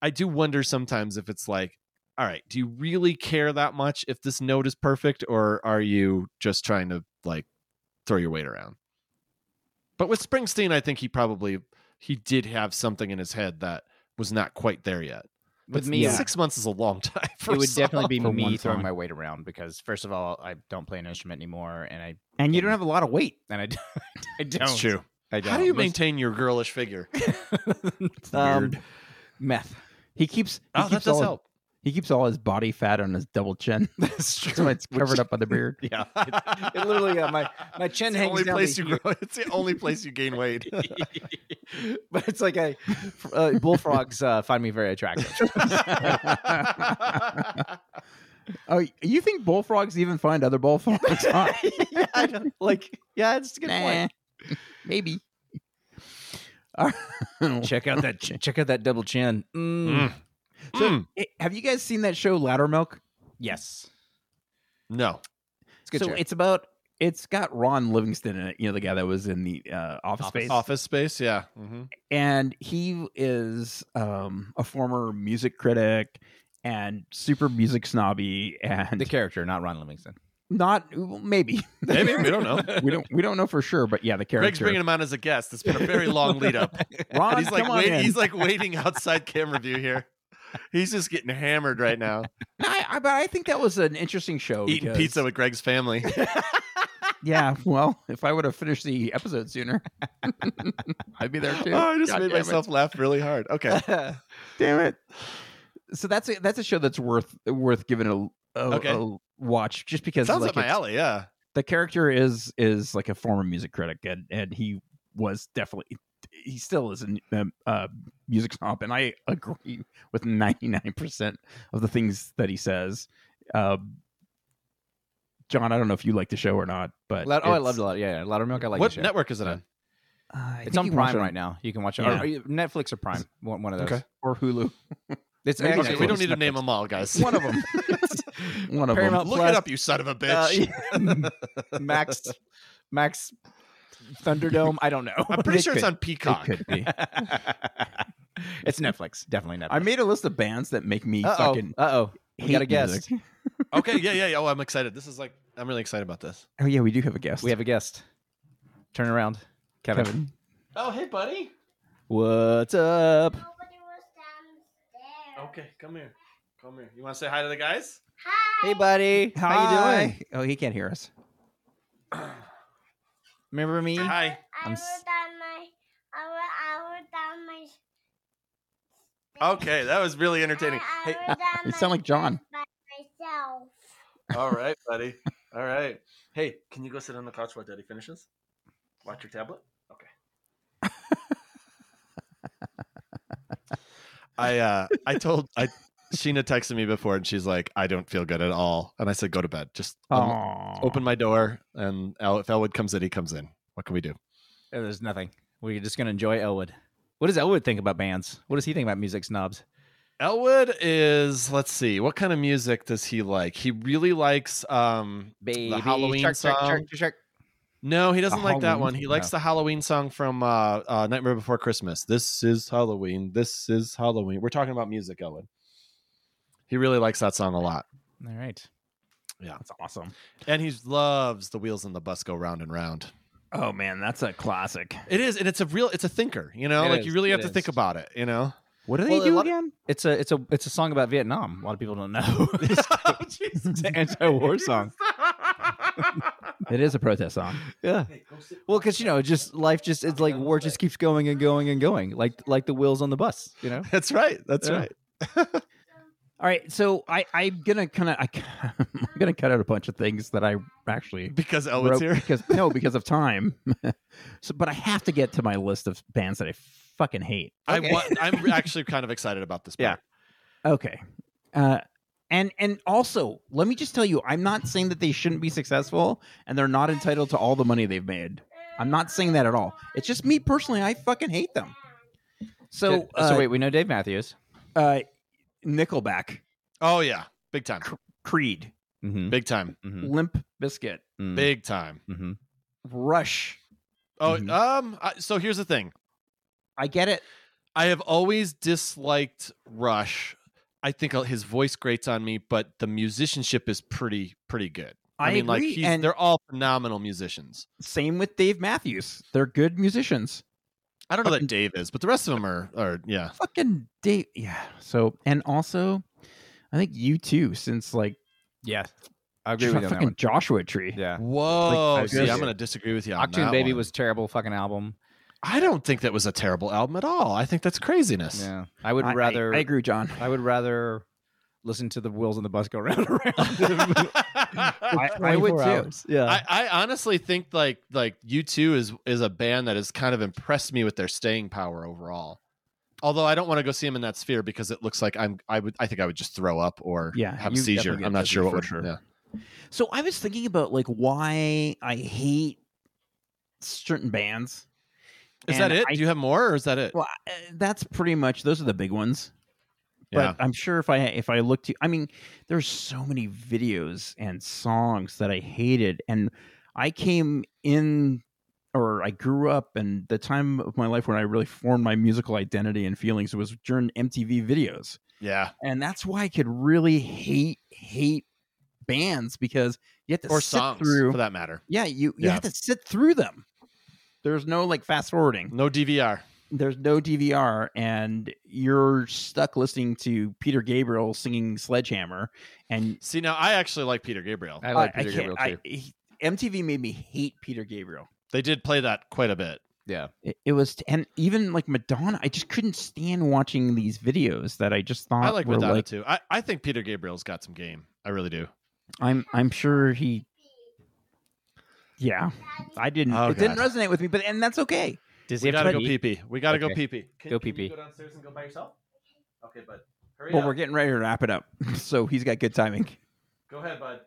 [SPEAKER 1] I do wonder sometimes if it's like. All right. Do you really care that much if this note is perfect, or are you just trying to like throw your weight around? But with Springsteen, I think he probably he did have something in his head that was not quite there yet.
[SPEAKER 3] With
[SPEAKER 1] But
[SPEAKER 3] me,
[SPEAKER 2] yeah.
[SPEAKER 3] it-
[SPEAKER 1] six months is a long time. For
[SPEAKER 3] it would
[SPEAKER 1] a song.
[SPEAKER 3] definitely be
[SPEAKER 2] for
[SPEAKER 3] me
[SPEAKER 2] one
[SPEAKER 3] throwing
[SPEAKER 2] song.
[SPEAKER 3] my weight around because first of all, I don't play an instrument anymore, and I
[SPEAKER 2] And you don't have a lot of weight.
[SPEAKER 3] and I, I don't.
[SPEAKER 1] It's true.
[SPEAKER 3] I don't.
[SPEAKER 1] How do you
[SPEAKER 3] Most-
[SPEAKER 1] maintain your girlish figure?
[SPEAKER 2] Um,
[SPEAKER 3] meth?
[SPEAKER 2] he keeps. He
[SPEAKER 1] Oh, that
[SPEAKER 2] keeps
[SPEAKER 1] does
[SPEAKER 2] all,
[SPEAKER 1] help.
[SPEAKER 2] He keeps all his body fat on his double chin.
[SPEAKER 3] That's
[SPEAKER 2] so it's covered up by the beard.
[SPEAKER 3] Yeah, it, it literally uh, my my chin
[SPEAKER 1] It's the
[SPEAKER 3] hangs
[SPEAKER 1] only
[SPEAKER 3] down
[SPEAKER 1] place
[SPEAKER 3] to
[SPEAKER 1] you
[SPEAKER 3] here.
[SPEAKER 1] grow. It's the only place you gain weight.
[SPEAKER 3] but it's like I uh, bullfrogs uh, find me very attractive.
[SPEAKER 2] Oh, you think bullfrogs even find other bullfrogs? Huh?
[SPEAKER 3] yeah, I don't- like yeah, it's a good
[SPEAKER 2] Nah, maybe. All right.
[SPEAKER 3] Check out that chin- check out that double chin. Mm.
[SPEAKER 1] Mm.
[SPEAKER 2] So-
[SPEAKER 1] Mm.
[SPEAKER 2] Hey, Have you guys seen that show Loudermilk?
[SPEAKER 3] Yes,
[SPEAKER 1] No.
[SPEAKER 3] it's a good.
[SPEAKER 2] so
[SPEAKER 3] show.
[SPEAKER 2] it's about it's got Ron Livingston in it. You know the guy that was in the uh, Office Space.
[SPEAKER 1] Office space. Yeah. Mhm.
[SPEAKER 2] and he is um, a former music critic and super music snobby and
[SPEAKER 3] the character, not Ron Livingston.
[SPEAKER 2] not well, maybe
[SPEAKER 1] Maybe we don't know.
[SPEAKER 2] we don't we don't know for sure but yeah the
[SPEAKER 1] Greg's
[SPEAKER 2] character
[SPEAKER 1] bringing him on as a guest. It's been a very long lead up.
[SPEAKER 2] Ron,
[SPEAKER 1] And he's like
[SPEAKER 2] come on
[SPEAKER 1] wait,
[SPEAKER 2] in.
[SPEAKER 1] he's like waiting outside camera view here. He's just getting hammered right now.
[SPEAKER 2] No, I, I- but I think that was an interesting
[SPEAKER 3] Oh,
[SPEAKER 2] show
[SPEAKER 1] Eating
[SPEAKER 2] because-
[SPEAKER 1] pizza with Greg's family.
[SPEAKER 2] yeah well if I would have finished the episode sooner I'd be there too
[SPEAKER 1] Oh, I just
[SPEAKER 2] God
[SPEAKER 1] made
[SPEAKER 2] damn it.
[SPEAKER 1] myself laugh really hard. Okay.
[SPEAKER 2] damn it so that's a that's a show that's worth worth giving a, a,
[SPEAKER 1] Okay.
[SPEAKER 2] a watch just because
[SPEAKER 1] Sounds
[SPEAKER 2] like,
[SPEAKER 1] up my
[SPEAKER 2] it's-
[SPEAKER 1] alley, yeah.
[SPEAKER 2] the character is is like a former music critic and and he was definitely he still is a um, uh, music snob and i agree with 99% of the things that he says um john i don't know if you like the show or not but
[SPEAKER 3] Loud, oh, I
[SPEAKER 2] it's-
[SPEAKER 3] loved it a lot. Yeah, yeah. Louder Milk. I like
[SPEAKER 1] what
[SPEAKER 3] the show.
[SPEAKER 1] network is it on?
[SPEAKER 2] Uh, I
[SPEAKER 3] It's
[SPEAKER 2] think
[SPEAKER 3] on
[SPEAKER 2] you can watch
[SPEAKER 3] Prime
[SPEAKER 2] it
[SPEAKER 3] right now. You can watch it.
[SPEAKER 2] Yeah.
[SPEAKER 3] Or, or Netflix or Prime. One, one of those.
[SPEAKER 1] Okay.
[SPEAKER 2] or hulu
[SPEAKER 3] It's
[SPEAKER 2] Maybe
[SPEAKER 3] actually,
[SPEAKER 1] Okay, we don't
[SPEAKER 2] Netflix.
[SPEAKER 1] need to name them all, guys.
[SPEAKER 2] one of them one of
[SPEAKER 3] Paramount
[SPEAKER 2] them
[SPEAKER 1] Look
[SPEAKER 3] Plus-
[SPEAKER 1] it up, you son of a
[SPEAKER 3] Uh,
[SPEAKER 1] bitch.
[SPEAKER 3] Max, Max Thunderdome. I don't know.
[SPEAKER 1] I'm pretty sure it's
[SPEAKER 2] could-
[SPEAKER 1] on Peacock.
[SPEAKER 2] it could be
[SPEAKER 3] it's Netflix. Definitely Netflix.
[SPEAKER 2] i made a list of bands that make me
[SPEAKER 3] Uh oh.
[SPEAKER 2] fucking
[SPEAKER 3] Uh oh.
[SPEAKER 2] hate
[SPEAKER 3] got a guest.
[SPEAKER 2] music.
[SPEAKER 1] Okay, yeah, yeah, yeah. Oh, I'm excited. This is like I'm really excited about this.
[SPEAKER 2] Oh yeah, we do have a guest.
[SPEAKER 3] We have a guest. Turn around, Kevin.
[SPEAKER 2] Kevin.
[SPEAKER 1] Oh, hey, buddy.
[SPEAKER 3] What's up?
[SPEAKER 4] Nobody was downstairs.
[SPEAKER 1] Okay, come here. Come here. You want to say hi to the guys?
[SPEAKER 4] Hi.
[SPEAKER 3] Hey, buddy. How you doing?
[SPEAKER 2] Hi. Oh, he can't hear us.
[SPEAKER 3] Remember me?
[SPEAKER 1] Hi.
[SPEAKER 4] I
[SPEAKER 3] I'm
[SPEAKER 4] wrote
[SPEAKER 3] s-
[SPEAKER 4] down my. I wrote, I wrote down my.
[SPEAKER 1] Okay, that was really entertaining.
[SPEAKER 4] I, I
[SPEAKER 1] Hey,
[SPEAKER 4] wrote down
[SPEAKER 2] You
[SPEAKER 4] my
[SPEAKER 2] sound like John.
[SPEAKER 4] stuff By myself.
[SPEAKER 1] all right, buddy. All right. Hey, can you go sit on the couch while Daddy finishes? Watch your tablet. Okay. I uh I told I Sheena texted me before and she's like, I don't feel good at all. And I said, Go to bed. Just um,
[SPEAKER 2] Oh,
[SPEAKER 1] open my door and Al- if Elwood comes in, he comes in. What can we do?
[SPEAKER 3] Oh, there's nothing. We're just gonna enjoy Elwood. What does Elwood think about bands? What does he think about music snobs?
[SPEAKER 1] Elwood is let's see, what kind of music does he like? He really likes um
[SPEAKER 3] Baby
[SPEAKER 1] Halloween
[SPEAKER 3] shark, shark,
[SPEAKER 1] song.
[SPEAKER 3] shark, shark, shark.
[SPEAKER 1] No, he doesn't like that
[SPEAKER 2] Halloween
[SPEAKER 1] one. He
[SPEAKER 2] song?
[SPEAKER 1] likes the Halloween song from uh, uh, Nightmare Before Christmas. This is Halloween. This is Halloween. We're talking about music, Ellen. He really likes that song a lot,
[SPEAKER 3] All right.
[SPEAKER 2] that's awesome.
[SPEAKER 1] and he loves the wheels on the bus go round and round.
[SPEAKER 2] Oh man, that's a classic.
[SPEAKER 1] It is, and it's a real. It's a thinker, you know.
[SPEAKER 3] It
[SPEAKER 1] like you
[SPEAKER 3] is,
[SPEAKER 1] really
[SPEAKER 3] it
[SPEAKER 1] have to think
[SPEAKER 3] is.
[SPEAKER 1] about it, you know.
[SPEAKER 2] What do they
[SPEAKER 3] Well, a
[SPEAKER 2] do
[SPEAKER 3] lot-
[SPEAKER 2] again?
[SPEAKER 3] It's a it's a it's a song about Vietnam. A lot of people don't know.
[SPEAKER 1] oh, Jesus.
[SPEAKER 3] it's an anti-war song.
[SPEAKER 2] It is a protest song.
[SPEAKER 3] Yeah. Well, because you know, just life just it's like war just keeps going and going and going, like like the wheels on the bus. You know.
[SPEAKER 1] That's right. That's
[SPEAKER 3] Yeah.
[SPEAKER 1] right.
[SPEAKER 2] All right, so I I'm gonna kind of I'm gonna cut out a bunch of things that I actually
[SPEAKER 1] Because
[SPEAKER 2] wrote
[SPEAKER 1] Elwood's here.
[SPEAKER 2] because no because of time. so, but I have to get to my list of bands that I fucking hate.
[SPEAKER 1] I
[SPEAKER 3] Okay.
[SPEAKER 1] wa- I'm actually kind of excited about this.
[SPEAKER 3] Yeah.
[SPEAKER 1] part.
[SPEAKER 2] Okay. Uh, and and also, let me just tell you, I'm not saying that they shouldn't be successful and they're not entitled to all the money they've made. I'm not saying that at all. It's just me personally. I fucking hate them. So,
[SPEAKER 3] Did-
[SPEAKER 2] uh,
[SPEAKER 3] so wait, we know Dave Matthews.
[SPEAKER 2] uh, Nickelback,
[SPEAKER 1] Oh yeah, big time.
[SPEAKER 2] Creed,
[SPEAKER 3] Mm-hmm.
[SPEAKER 1] Big time.
[SPEAKER 3] Mm-hmm.
[SPEAKER 2] Limp Biscuit,
[SPEAKER 1] Big time.
[SPEAKER 3] Mm-hmm.
[SPEAKER 2] Rush.
[SPEAKER 1] Oh,
[SPEAKER 2] Mhm.
[SPEAKER 1] um. I, so here's the thing.
[SPEAKER 2] I get it.
[SPEAKER 1] I have always disliked Rush. I think uh, his voice grates on me, but the musicianship is pretty pretty good. I, mean, like
[SPEAKER 2] agree,
[SPEAKER 1] he's,
[SPEAKER 2] and
[SPEAKER 1] they're all phenomenal musicians.
[SPEAKER 2] same with Dave Matthews. They're good musicians.
[SPEAKER 1] I don't know that Dave is, but the rest of them are are yeah.
[SPEAKER 2] Fucking Dave. Yeah. So, and also, I think you too, since like
[SPEAKER 3] Yeah, I agree with you on that
[SPEAKER 2] fucking
[SPEAKER 3] one.
[SPEAKER 2] Joshua Tree.
[SPEAKER 3] Yeah,
[SPEAKER 1] Whoa,
[SPEAKER 2] Like, I
[SPEAKER 1] see,
[SPEAKER 2] guess-
[SPEAKER 1] I'm gonna disagree with you. On
[SPEAKER 3] Octune
[SPEAKER 1] that
[SPEAKER 3] Baby
[SPEAKER 1] one.
[SPEAKER 3] was terrible fucking album.
[SPEAKER 1] I don't think that was a terrible album at all. I think that's craziness.
[SPEAKER 3] Yeah, I would
[SPEAKER 2] I- I-
[SPEAKER 3] rather.
[SPEAKER 2] I agree, with John.
[SPEAKER 3] I would rather listen to the wheels on the bus go round and round.
[SPEAKER 1] I,
[SPEAKER 2] I, I would too.
[SPEAKER 3] 24 hours. Yeah.
[SPEAKER 1] I honestly think like like U2 is is a band that has kind of impressed me with their staying power overall. Although I don't want to go see them in that sphere because it looks like I'm I would I think I would just throw up or
[SPEAKER 2] Yeah,
[SPEAKER 1] have a
[SPEAKER 2] you
[SPEAKER 1] seizure.
[SPEAKER 2] definitely get
[SPEAKER 1] I'm not
[SPEAKER 2] dizzy
[SPEAKER 1] sure what
[SPEAKER 2] for
[SPEAKER 1] would
[SPEAKER 2] sure.
[SPEAKER 1] yeah.
[SPEAKER 2] So I was thinking about like why I hate certain bands.
[SPEAKER 1] Is
[SPEAKER 2] And
[SPEAKER 1] that it?
[SPEAKER 2] I-
[SPEAKER 1] Do you have more or is that it?
[SPEAKER 2] Well, uh, that's pretty much those are the big ones.
[SPEAKER 1] yeah.
[SPEAKER 2] But I'm sure if I if I look to, I mean, there's so many videos and songs that I hated, and I came in or I grew up, and the time of my life when I really formed my musical identity and feelings was during MTV videos.
[SPEAKER 1] yeah.
[SPEAKER 2] and that's why I could really hate hate bands because you have to
[SPEAKER 1] Or
[SPEAKER 2] sit
[SPEAKER 1] songs
[SPEAKER 2] through.
[SPEAKER 1] for that matter.
[SPEAKER 2] Yeah, you you
[SPEAKER 1] Yeah.
[SPEAKER 2] have to sit through them. There's no like fast forwarding.
[SPEAKER 1] No DVR.
[SPEAKER 2] There's no DVR, and you're stuck listening to Peter Gabriel singing Sledgehammer, and
[SPEAKER 1] See now I actually like Peter Gabriel.
[SPEAKER 3] I like Peter
[SPEAKER 2] can't-
[SPEAKER 3] Gabriel too.
[SPEAKER 2] I- he- MTV made me hate Peter Gabriel.
[SPEAKER 1] They did play that quite a bit.
[SPEAKER 3] yeah.
[SPEAKER 2] It, it was, and even like Madonna, I just couldn't stand watching these videos that I just thought
[SPEAKER 1] I like
[SPEAKER 2] were
[SPEAKER 1] Madonna
[SPEAKER 2] like
[SPEAKER 1] too. I, I think Peter Gabriel's got some game. I really do.
[SPEAKER 2] I'm I'm sure he. Yeah, I didn't.
[SPEAKER 1] Oh,
[SPEAKER 2] it didn't
[SPEAKER 1] God.
[SPEAKER 2] resonate with me, but and that's okay.
[SPEAKER 3] Does
[SPEAKER 1] we gotta go
[SPEAKER 3] pee?
[SPEAKER 1] pee pee. We gotta go
[SPEAKER 3] Okay.
[SPEAKER 1] pee pee. Can,
[SPEAKER 3] Go
[SPEAKER 1] can you
[SPEAKER 3] pee-pee.
[SPEAKER 1] Go downstairs and go by yourself. Okay, bud. Hurry
[SPEAKER 2] Well, we're getting ready to wrap it up, so he's got good timing.
[SPEAKER 1] Go ahead, bud.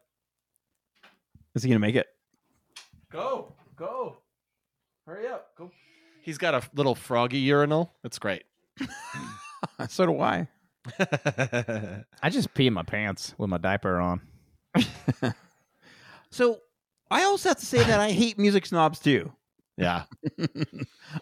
[SPEAKER 2] Is he gonna make it?
[SPEAKER 1] Go, go. Hurry up. Go. He's got a little froggy urinal. That's great.
[SPEAKER 2] So do I.
[SPEAKER 3] I just pee in my pants with my diaper on.
[SPEAKER 2] So I also have to say that I hate music snobs too.
[SPEAKER 1] yeah.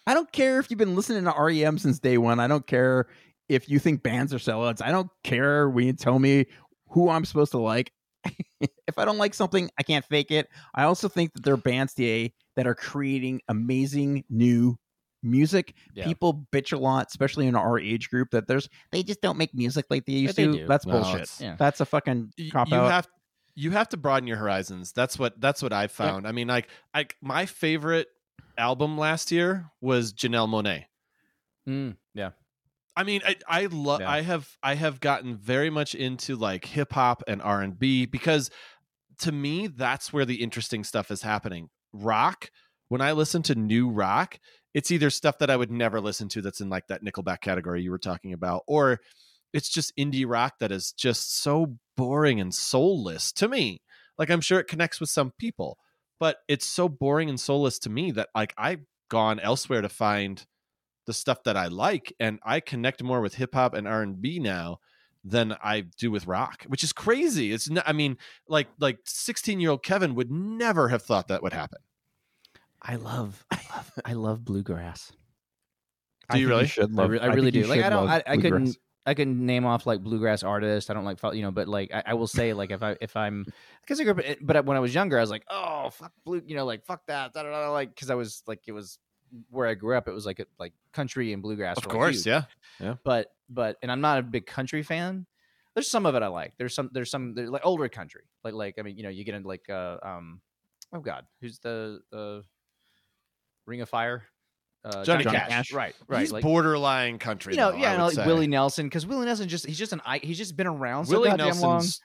[SPEAKER 2] I don't care if you've been listening to REM since day one. I don't care if you think bands are sellouts. I don't care when you tell me who I'm supposed to like. if I don't like something, I can't fake it. I also think that there are bands today that are creating amazing new music.
[SPEAKER 3] Yeah.
[SPEAKER 2] People bitch a lot, especially in our age group, that there's they just don't make music like they used
[SPEAKER 3] they
[SPEAKER 2] to.
[SPEAKER 3] do.
[SPEAKER 2] That's
[SPEAKER 1] No,
[SPEAKER 2] bullshit.
[SPEAKER 1] it's-
[SPEAKER 3] Yeah.
[SPEAKER 2] That's a fucking
[SPEAKER 1] Y-
[SPEAKER 2] cop
[SPEAKER 1] you
[SPEAKER 2] out.
[SPEAKER 1] have you have to broaden your horizons that's what that's what i found i mean like i my favorite album last year was janelle monet
[SPEAKER 3] Mm, yeah.
[SPEAKER 1] i mean i i love
[SPEAKER 3] Yeah.
[SPEAKER 1] i have i have gotten very much into like hip hop and r&b because to me that's where the interesting stuff is happening rock when i listen to new rock it's either stuff that i would never listen to that's in like that nickelback category you were talking about or it's just indie rock that is just so boring and soulless to me like i'm sure it connects with some people but it's so boring and soulless to me that like i've gone elsewhere to find the stuff that i like and i connect more with hip hop and r&b now than i do with rock which is crazy it's not, i mean like like 16 year old kevin would never have thought that would happen
[SPEAKER 3] I love, I love, I love bluegrass.
[SPEAKER 1] do you
[SPEAKER 2] think
[SPEAKER 1] really?
[SPEAKER 2] should
[SPEAKER 3] I, re- I
[SPEAKER 2] think
[SPEAKER 3] really
[SPEAKER 2] you
[SPEAKER 3] do. Like
[SPEAKER 2] should
[SPEAKER 3] I don't,
[SPEAKER 2] love
[SPEAKER 3] I, I
[SPEAKER 2] bluegrass.
[SPEAKER 3] couldn't, I couldn't name off like bluegrass artists. I don't like, fol- you know, but like I, I will say, like if I if I'm, because I grew up, in- but when I was younger, I was like, oh fuck blue, you know, like fuck that, da, da, da, like because I was like it was where I grew up. It was like like country and bluegrass.
[SPEAKER 1] of
[SPEAKER 3] were, like,
[SPEAKER 1] course
[SPEAKER 3] huge.
[SPEAKER 1] yeah
[SPEAKER 3] But but and I'm not a big country fan. There's some of it I like. There's some there's some there's like older country. Like like I mean you know you get into like uh, um oh god who's the uh, Ring of Fire uh,
[SPEAKER 1] Johnny
[SPEAKER 2] Cash.
[SPEAKER 3] right right
[SPEAKER 1] he's
[SPEAKER 3] like-
[SPEAKER 1] borderline country
[SPEAKER 3] you know,
[SPEAKER 1] though,
[SPEAKER 3] yeah,
[SPEAKER 1] I
[SPEAKER 3] and
[SPEAKER 1] would
[SPEAKER 3] like
[SPEAKER 1] say.
[SPEAKER 3] Willie Nelson, because Willie Nelson just he's just an i- he's just been around so
[SPEAKER 1] Willie
[SPEAKER 3] goddamn long.
[SPEAKER 1] Nelson's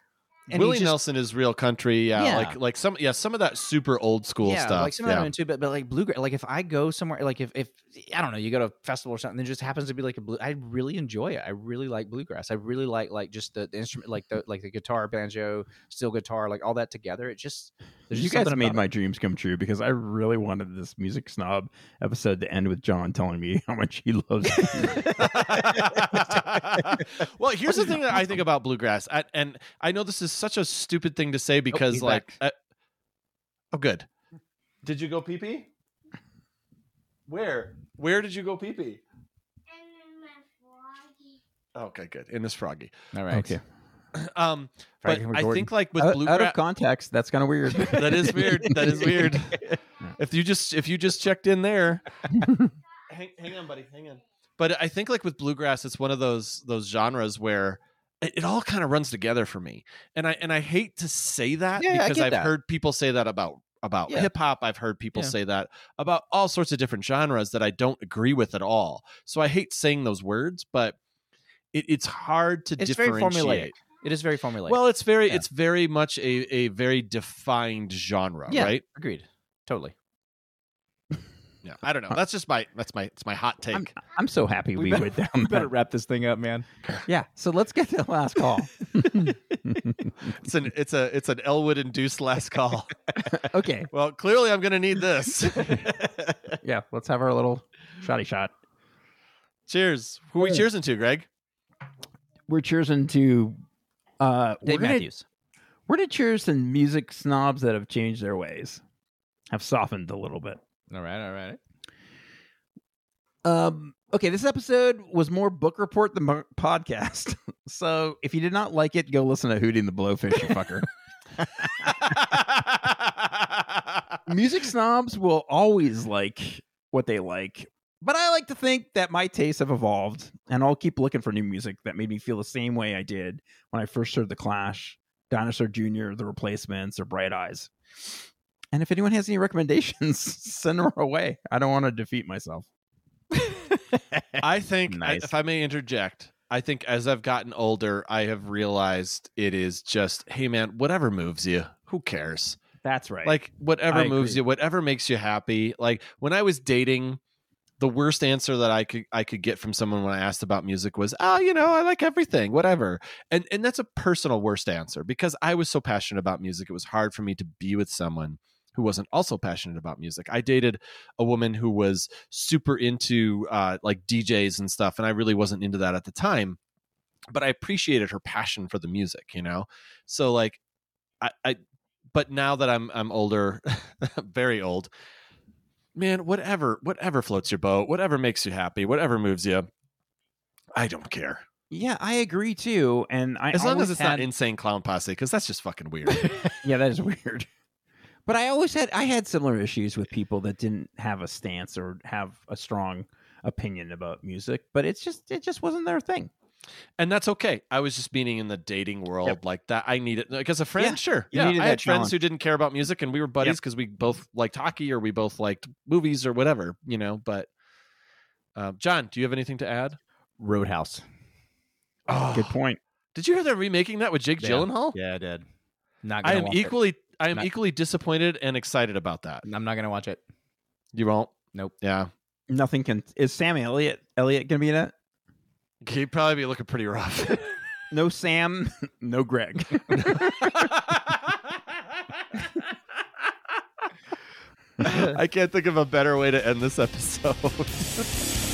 [SPEAKER 3] and
[SPEAKER 1] Willie
[SPEAKER 3] he's just-
[SPEAKER 1] Nelson is real country, yeah,
[SPEAKER 3] Yeah.
[SPEAKER 1] Like like some yeah, some of that super old school
[SPEAKER 3] yeah,
[SPEAKER 1] stuff.
[SPEAKER 3] like some of
[SPEAKER 1] yeah.
[SPEAKER 3] them too, but but like bluegrass, like if I go somewhere, like if if I don't know, you go to a festival or something, there just happens to be like a blue. I really enjoy it. I really like bluegrass. I really like like just the, the instrument, like the like the guitar, banjo, steel guitar, like all that together. It just there's
[SPEAKER 2] You
[SPEAKER 3] just
[SPEAKER 2] guys
[SPEAKER 3] something
[SPEAKER 2] made
[SPEAKER 3] about
[SPEAKER 2] my dreams come true because I really wanted this music snob episode to end with John telling me how much he loves.
[SPEAKER 1] well, here's the thing that I think about bluegrass, I, and I know this is such a stupid thing to say because
[SPEAKER 2] he's
[SPEAKER 1] like, uh,
[SPEAKER 2] back.
[SPEAKER 1] oh, good. Did you go pee pee? Where? Where did you go pee pee?
[SPEAKER 4] And then my froggy.
[SPEAKER 1] Okay, good. In this froggy.
[SPEAKER 3] it. All right,
[SPEAKER 2] Okay.
[SPEAKER 1] Um, but
[SPEAKER 3] Frank
[SPEAKER 1] I
[SPEAKER 3] Gordon.
[SPEAKER 1] think like with
[SPEAKER 2] Out, out
[SPEAKER 1] bluegrass,
[SPEAKER 2] of context, that's kind of weird.
[SPEAKER 1] that is weird. That is weird. if you just if you just checked in there, hang, hang on, buddy, hang on. But I think like with bluegrass, it's one of those those genres where it, it all kind of runs together for me. And I and I hate to say that
[SPEAKER 3] Yeah, I
[SPEAKER 1] because
[SPEAKER 3] get
[SPEAKER 1] I've
[SPEAKER 3] that.
[SPEAKER 1] heard people say that about about
[SPEAKER 3] Yeah.
[SPEAKER 1] hip hop. I've heard people
[SPEAKER 3] Yeah.
[SPEAKER 1] say that about all sorts of different genres that I don't agree with at all. So I hate saying those words, but it, it's hard to
[SPEAKER 3] It's very
[SPEAKER 1] differentiate.
[SPEAKER 3] formulaic. It is very formulaic.
[SPEAKER 1] Well, it's very
[SPEAKER 3] Yeah.
[SPEAKER 1] it's very much a a very defined genre,
[SPEAKER 3] Yeah.
[SPEAKER 1] right?
[SPEAKER 3] agreed, totally.
[SPEAKER 1] Yeah. I don't know. That's just my that's my it's my hot take.
[SPEAKER 2] I'm, I'm so happy
[SPEAKER 3] We
[SPEAKER 2] we,
[SPEAKER 3] better-
[SPEAKER 2] went down that.
[SPEAKER 3] wrap this thing up, man.
[SPEAKER 2] Yeah. So let's get to the last call.
[SPEAKER 1] It's an it's a it's an Elwood induced last call.
[SPEAKER 2] okay.
[SPEAKER 1] well, clearly I'm gonna need this.
[SPEAKER 2] Yeah. Let's have our little shotty shot.
[SPEAKER 1] cheers. Who are we cheersing to, Greg?
[SPEAKER 2] We're cheersing to. Uh,
[SPEAKER 3] Dave
[SPEAKER 2] we're gonna-
[SPEAKER 3] Matthews.
[SPEAKER 2] We're to cheers to music snobs that have changed their ways, have softened a little bit.
[SPEAKER 3] All right, all right.
[SPEAKER 2] Um, okay, this episode was more book report than mo- podcast. so if you did not like it, go listen to Hootie and the Blowfish, you fucker. Music snobs will always like what they like, but I like to think that my tastes have evolved, and I'll keep looking for new music that made me feel the same way I did when I first heard The Clash, Dinosaur Jr., The Replacements, or Bright Eyes. And if anyone has any recommendations, send them our way. I don't want to defeat myself.
[SPEAKER 1] I think I-
[SPEAKER 2] Nice.
[SPEAKER 1] if I may interject, I think as I've gotten older, I have realized it is just, hey man, whatever moves you, who cares?
[SPEAKER 2] That's right.
[SPEAKER 1] Like whatever
[SPEAKER 2] I
[SPEAKER 1] moves
[SPEAKER 2] agree.
[SPEAKER 1] you, whatever makes you happy. Like when I was dating, the worst answer that I could I could get from someone when I asked about music was, "Oh, you know, I like everything, whatever." And and that's a personal worst answer because I was so passionate about music, it was hard for me to be with someone who wasn't also passionate about music. I dated a woman who was super into uh, like DJs and stuff, and I really wasn't into that at the time. But I appreciated her passion for the music, you know. So like, I, I but now that I'm I'm older, very old, man, whatever whatever floats your boat, whatever makes you happy, whatever moves you, I don't care.
[SPEAKER 2] Yeah, I agree too. And I
[SPEAKER 1] As long as
[SPEAKER 2] always
[SPEAKER 1] it's
[SPEAKER 2] had-
[SPEAKER 1] not insane clown posse, because that's just fucking weird.
[SPEAKER 2] yeah, that is weird. But I always had I had similar issues with people that didn't have a stance or have a strong opinion about music, but it's just it just wasn't their thing.
[SPEAKER 1] and that's okay. I was just meaning in the dating world like that. I needed like as a friend,
[SPEAKER 2] Yeah,
[SPEAKER 1] sure.
[SPEAKER 2] you
[SPEAKER 1] Yeah,
[SPEAKER 2] needed
[SPEAKER 1] I had
[SPEAKER 2] that
[SPEAKER 1] friends who didn't care about music, and we were buddies because we both liked hockey or we both liked movies or whatever, you know. But um, John, do you have anything to add?
[SPEAKER 3] Roadhouse.
[SPEAKER 1] Oh,
[SPEAKER 2] Good point.
[SPEAKER 1] Did you hear they're remaking that with Jake
[SPEAKER 3] Yeah.
[SPEAKER 1] Gyllenhaal?
[SPEAKER 3] Yeah, I did. Not.
[SPEAKER 1] I
[SPEAKER 3] Gonna
[SPEAKER 1] am
[SPEAKER 3] watch it.
[SPEAKER 1] equally, I am
[SPEAKER 3] Not-
[SPEAKER 1] equally disappointed and excited about that.
[SPEAKER 3] I'm not gonna watch it.
[SPEAKER 1] You won't.
[SPEAKER 3] Nope.
[SPEAKER 1] Yeah,
[SPEAKER 2] Nothing can is Sam Elliott Elliott gonna be in it?
[SPEAKER 1] he'd probably be looking pretty rough.
[SPEAKER 2] No Sam, no Greg.
[SPEAKER 1] I can't think of a better way to end this episode.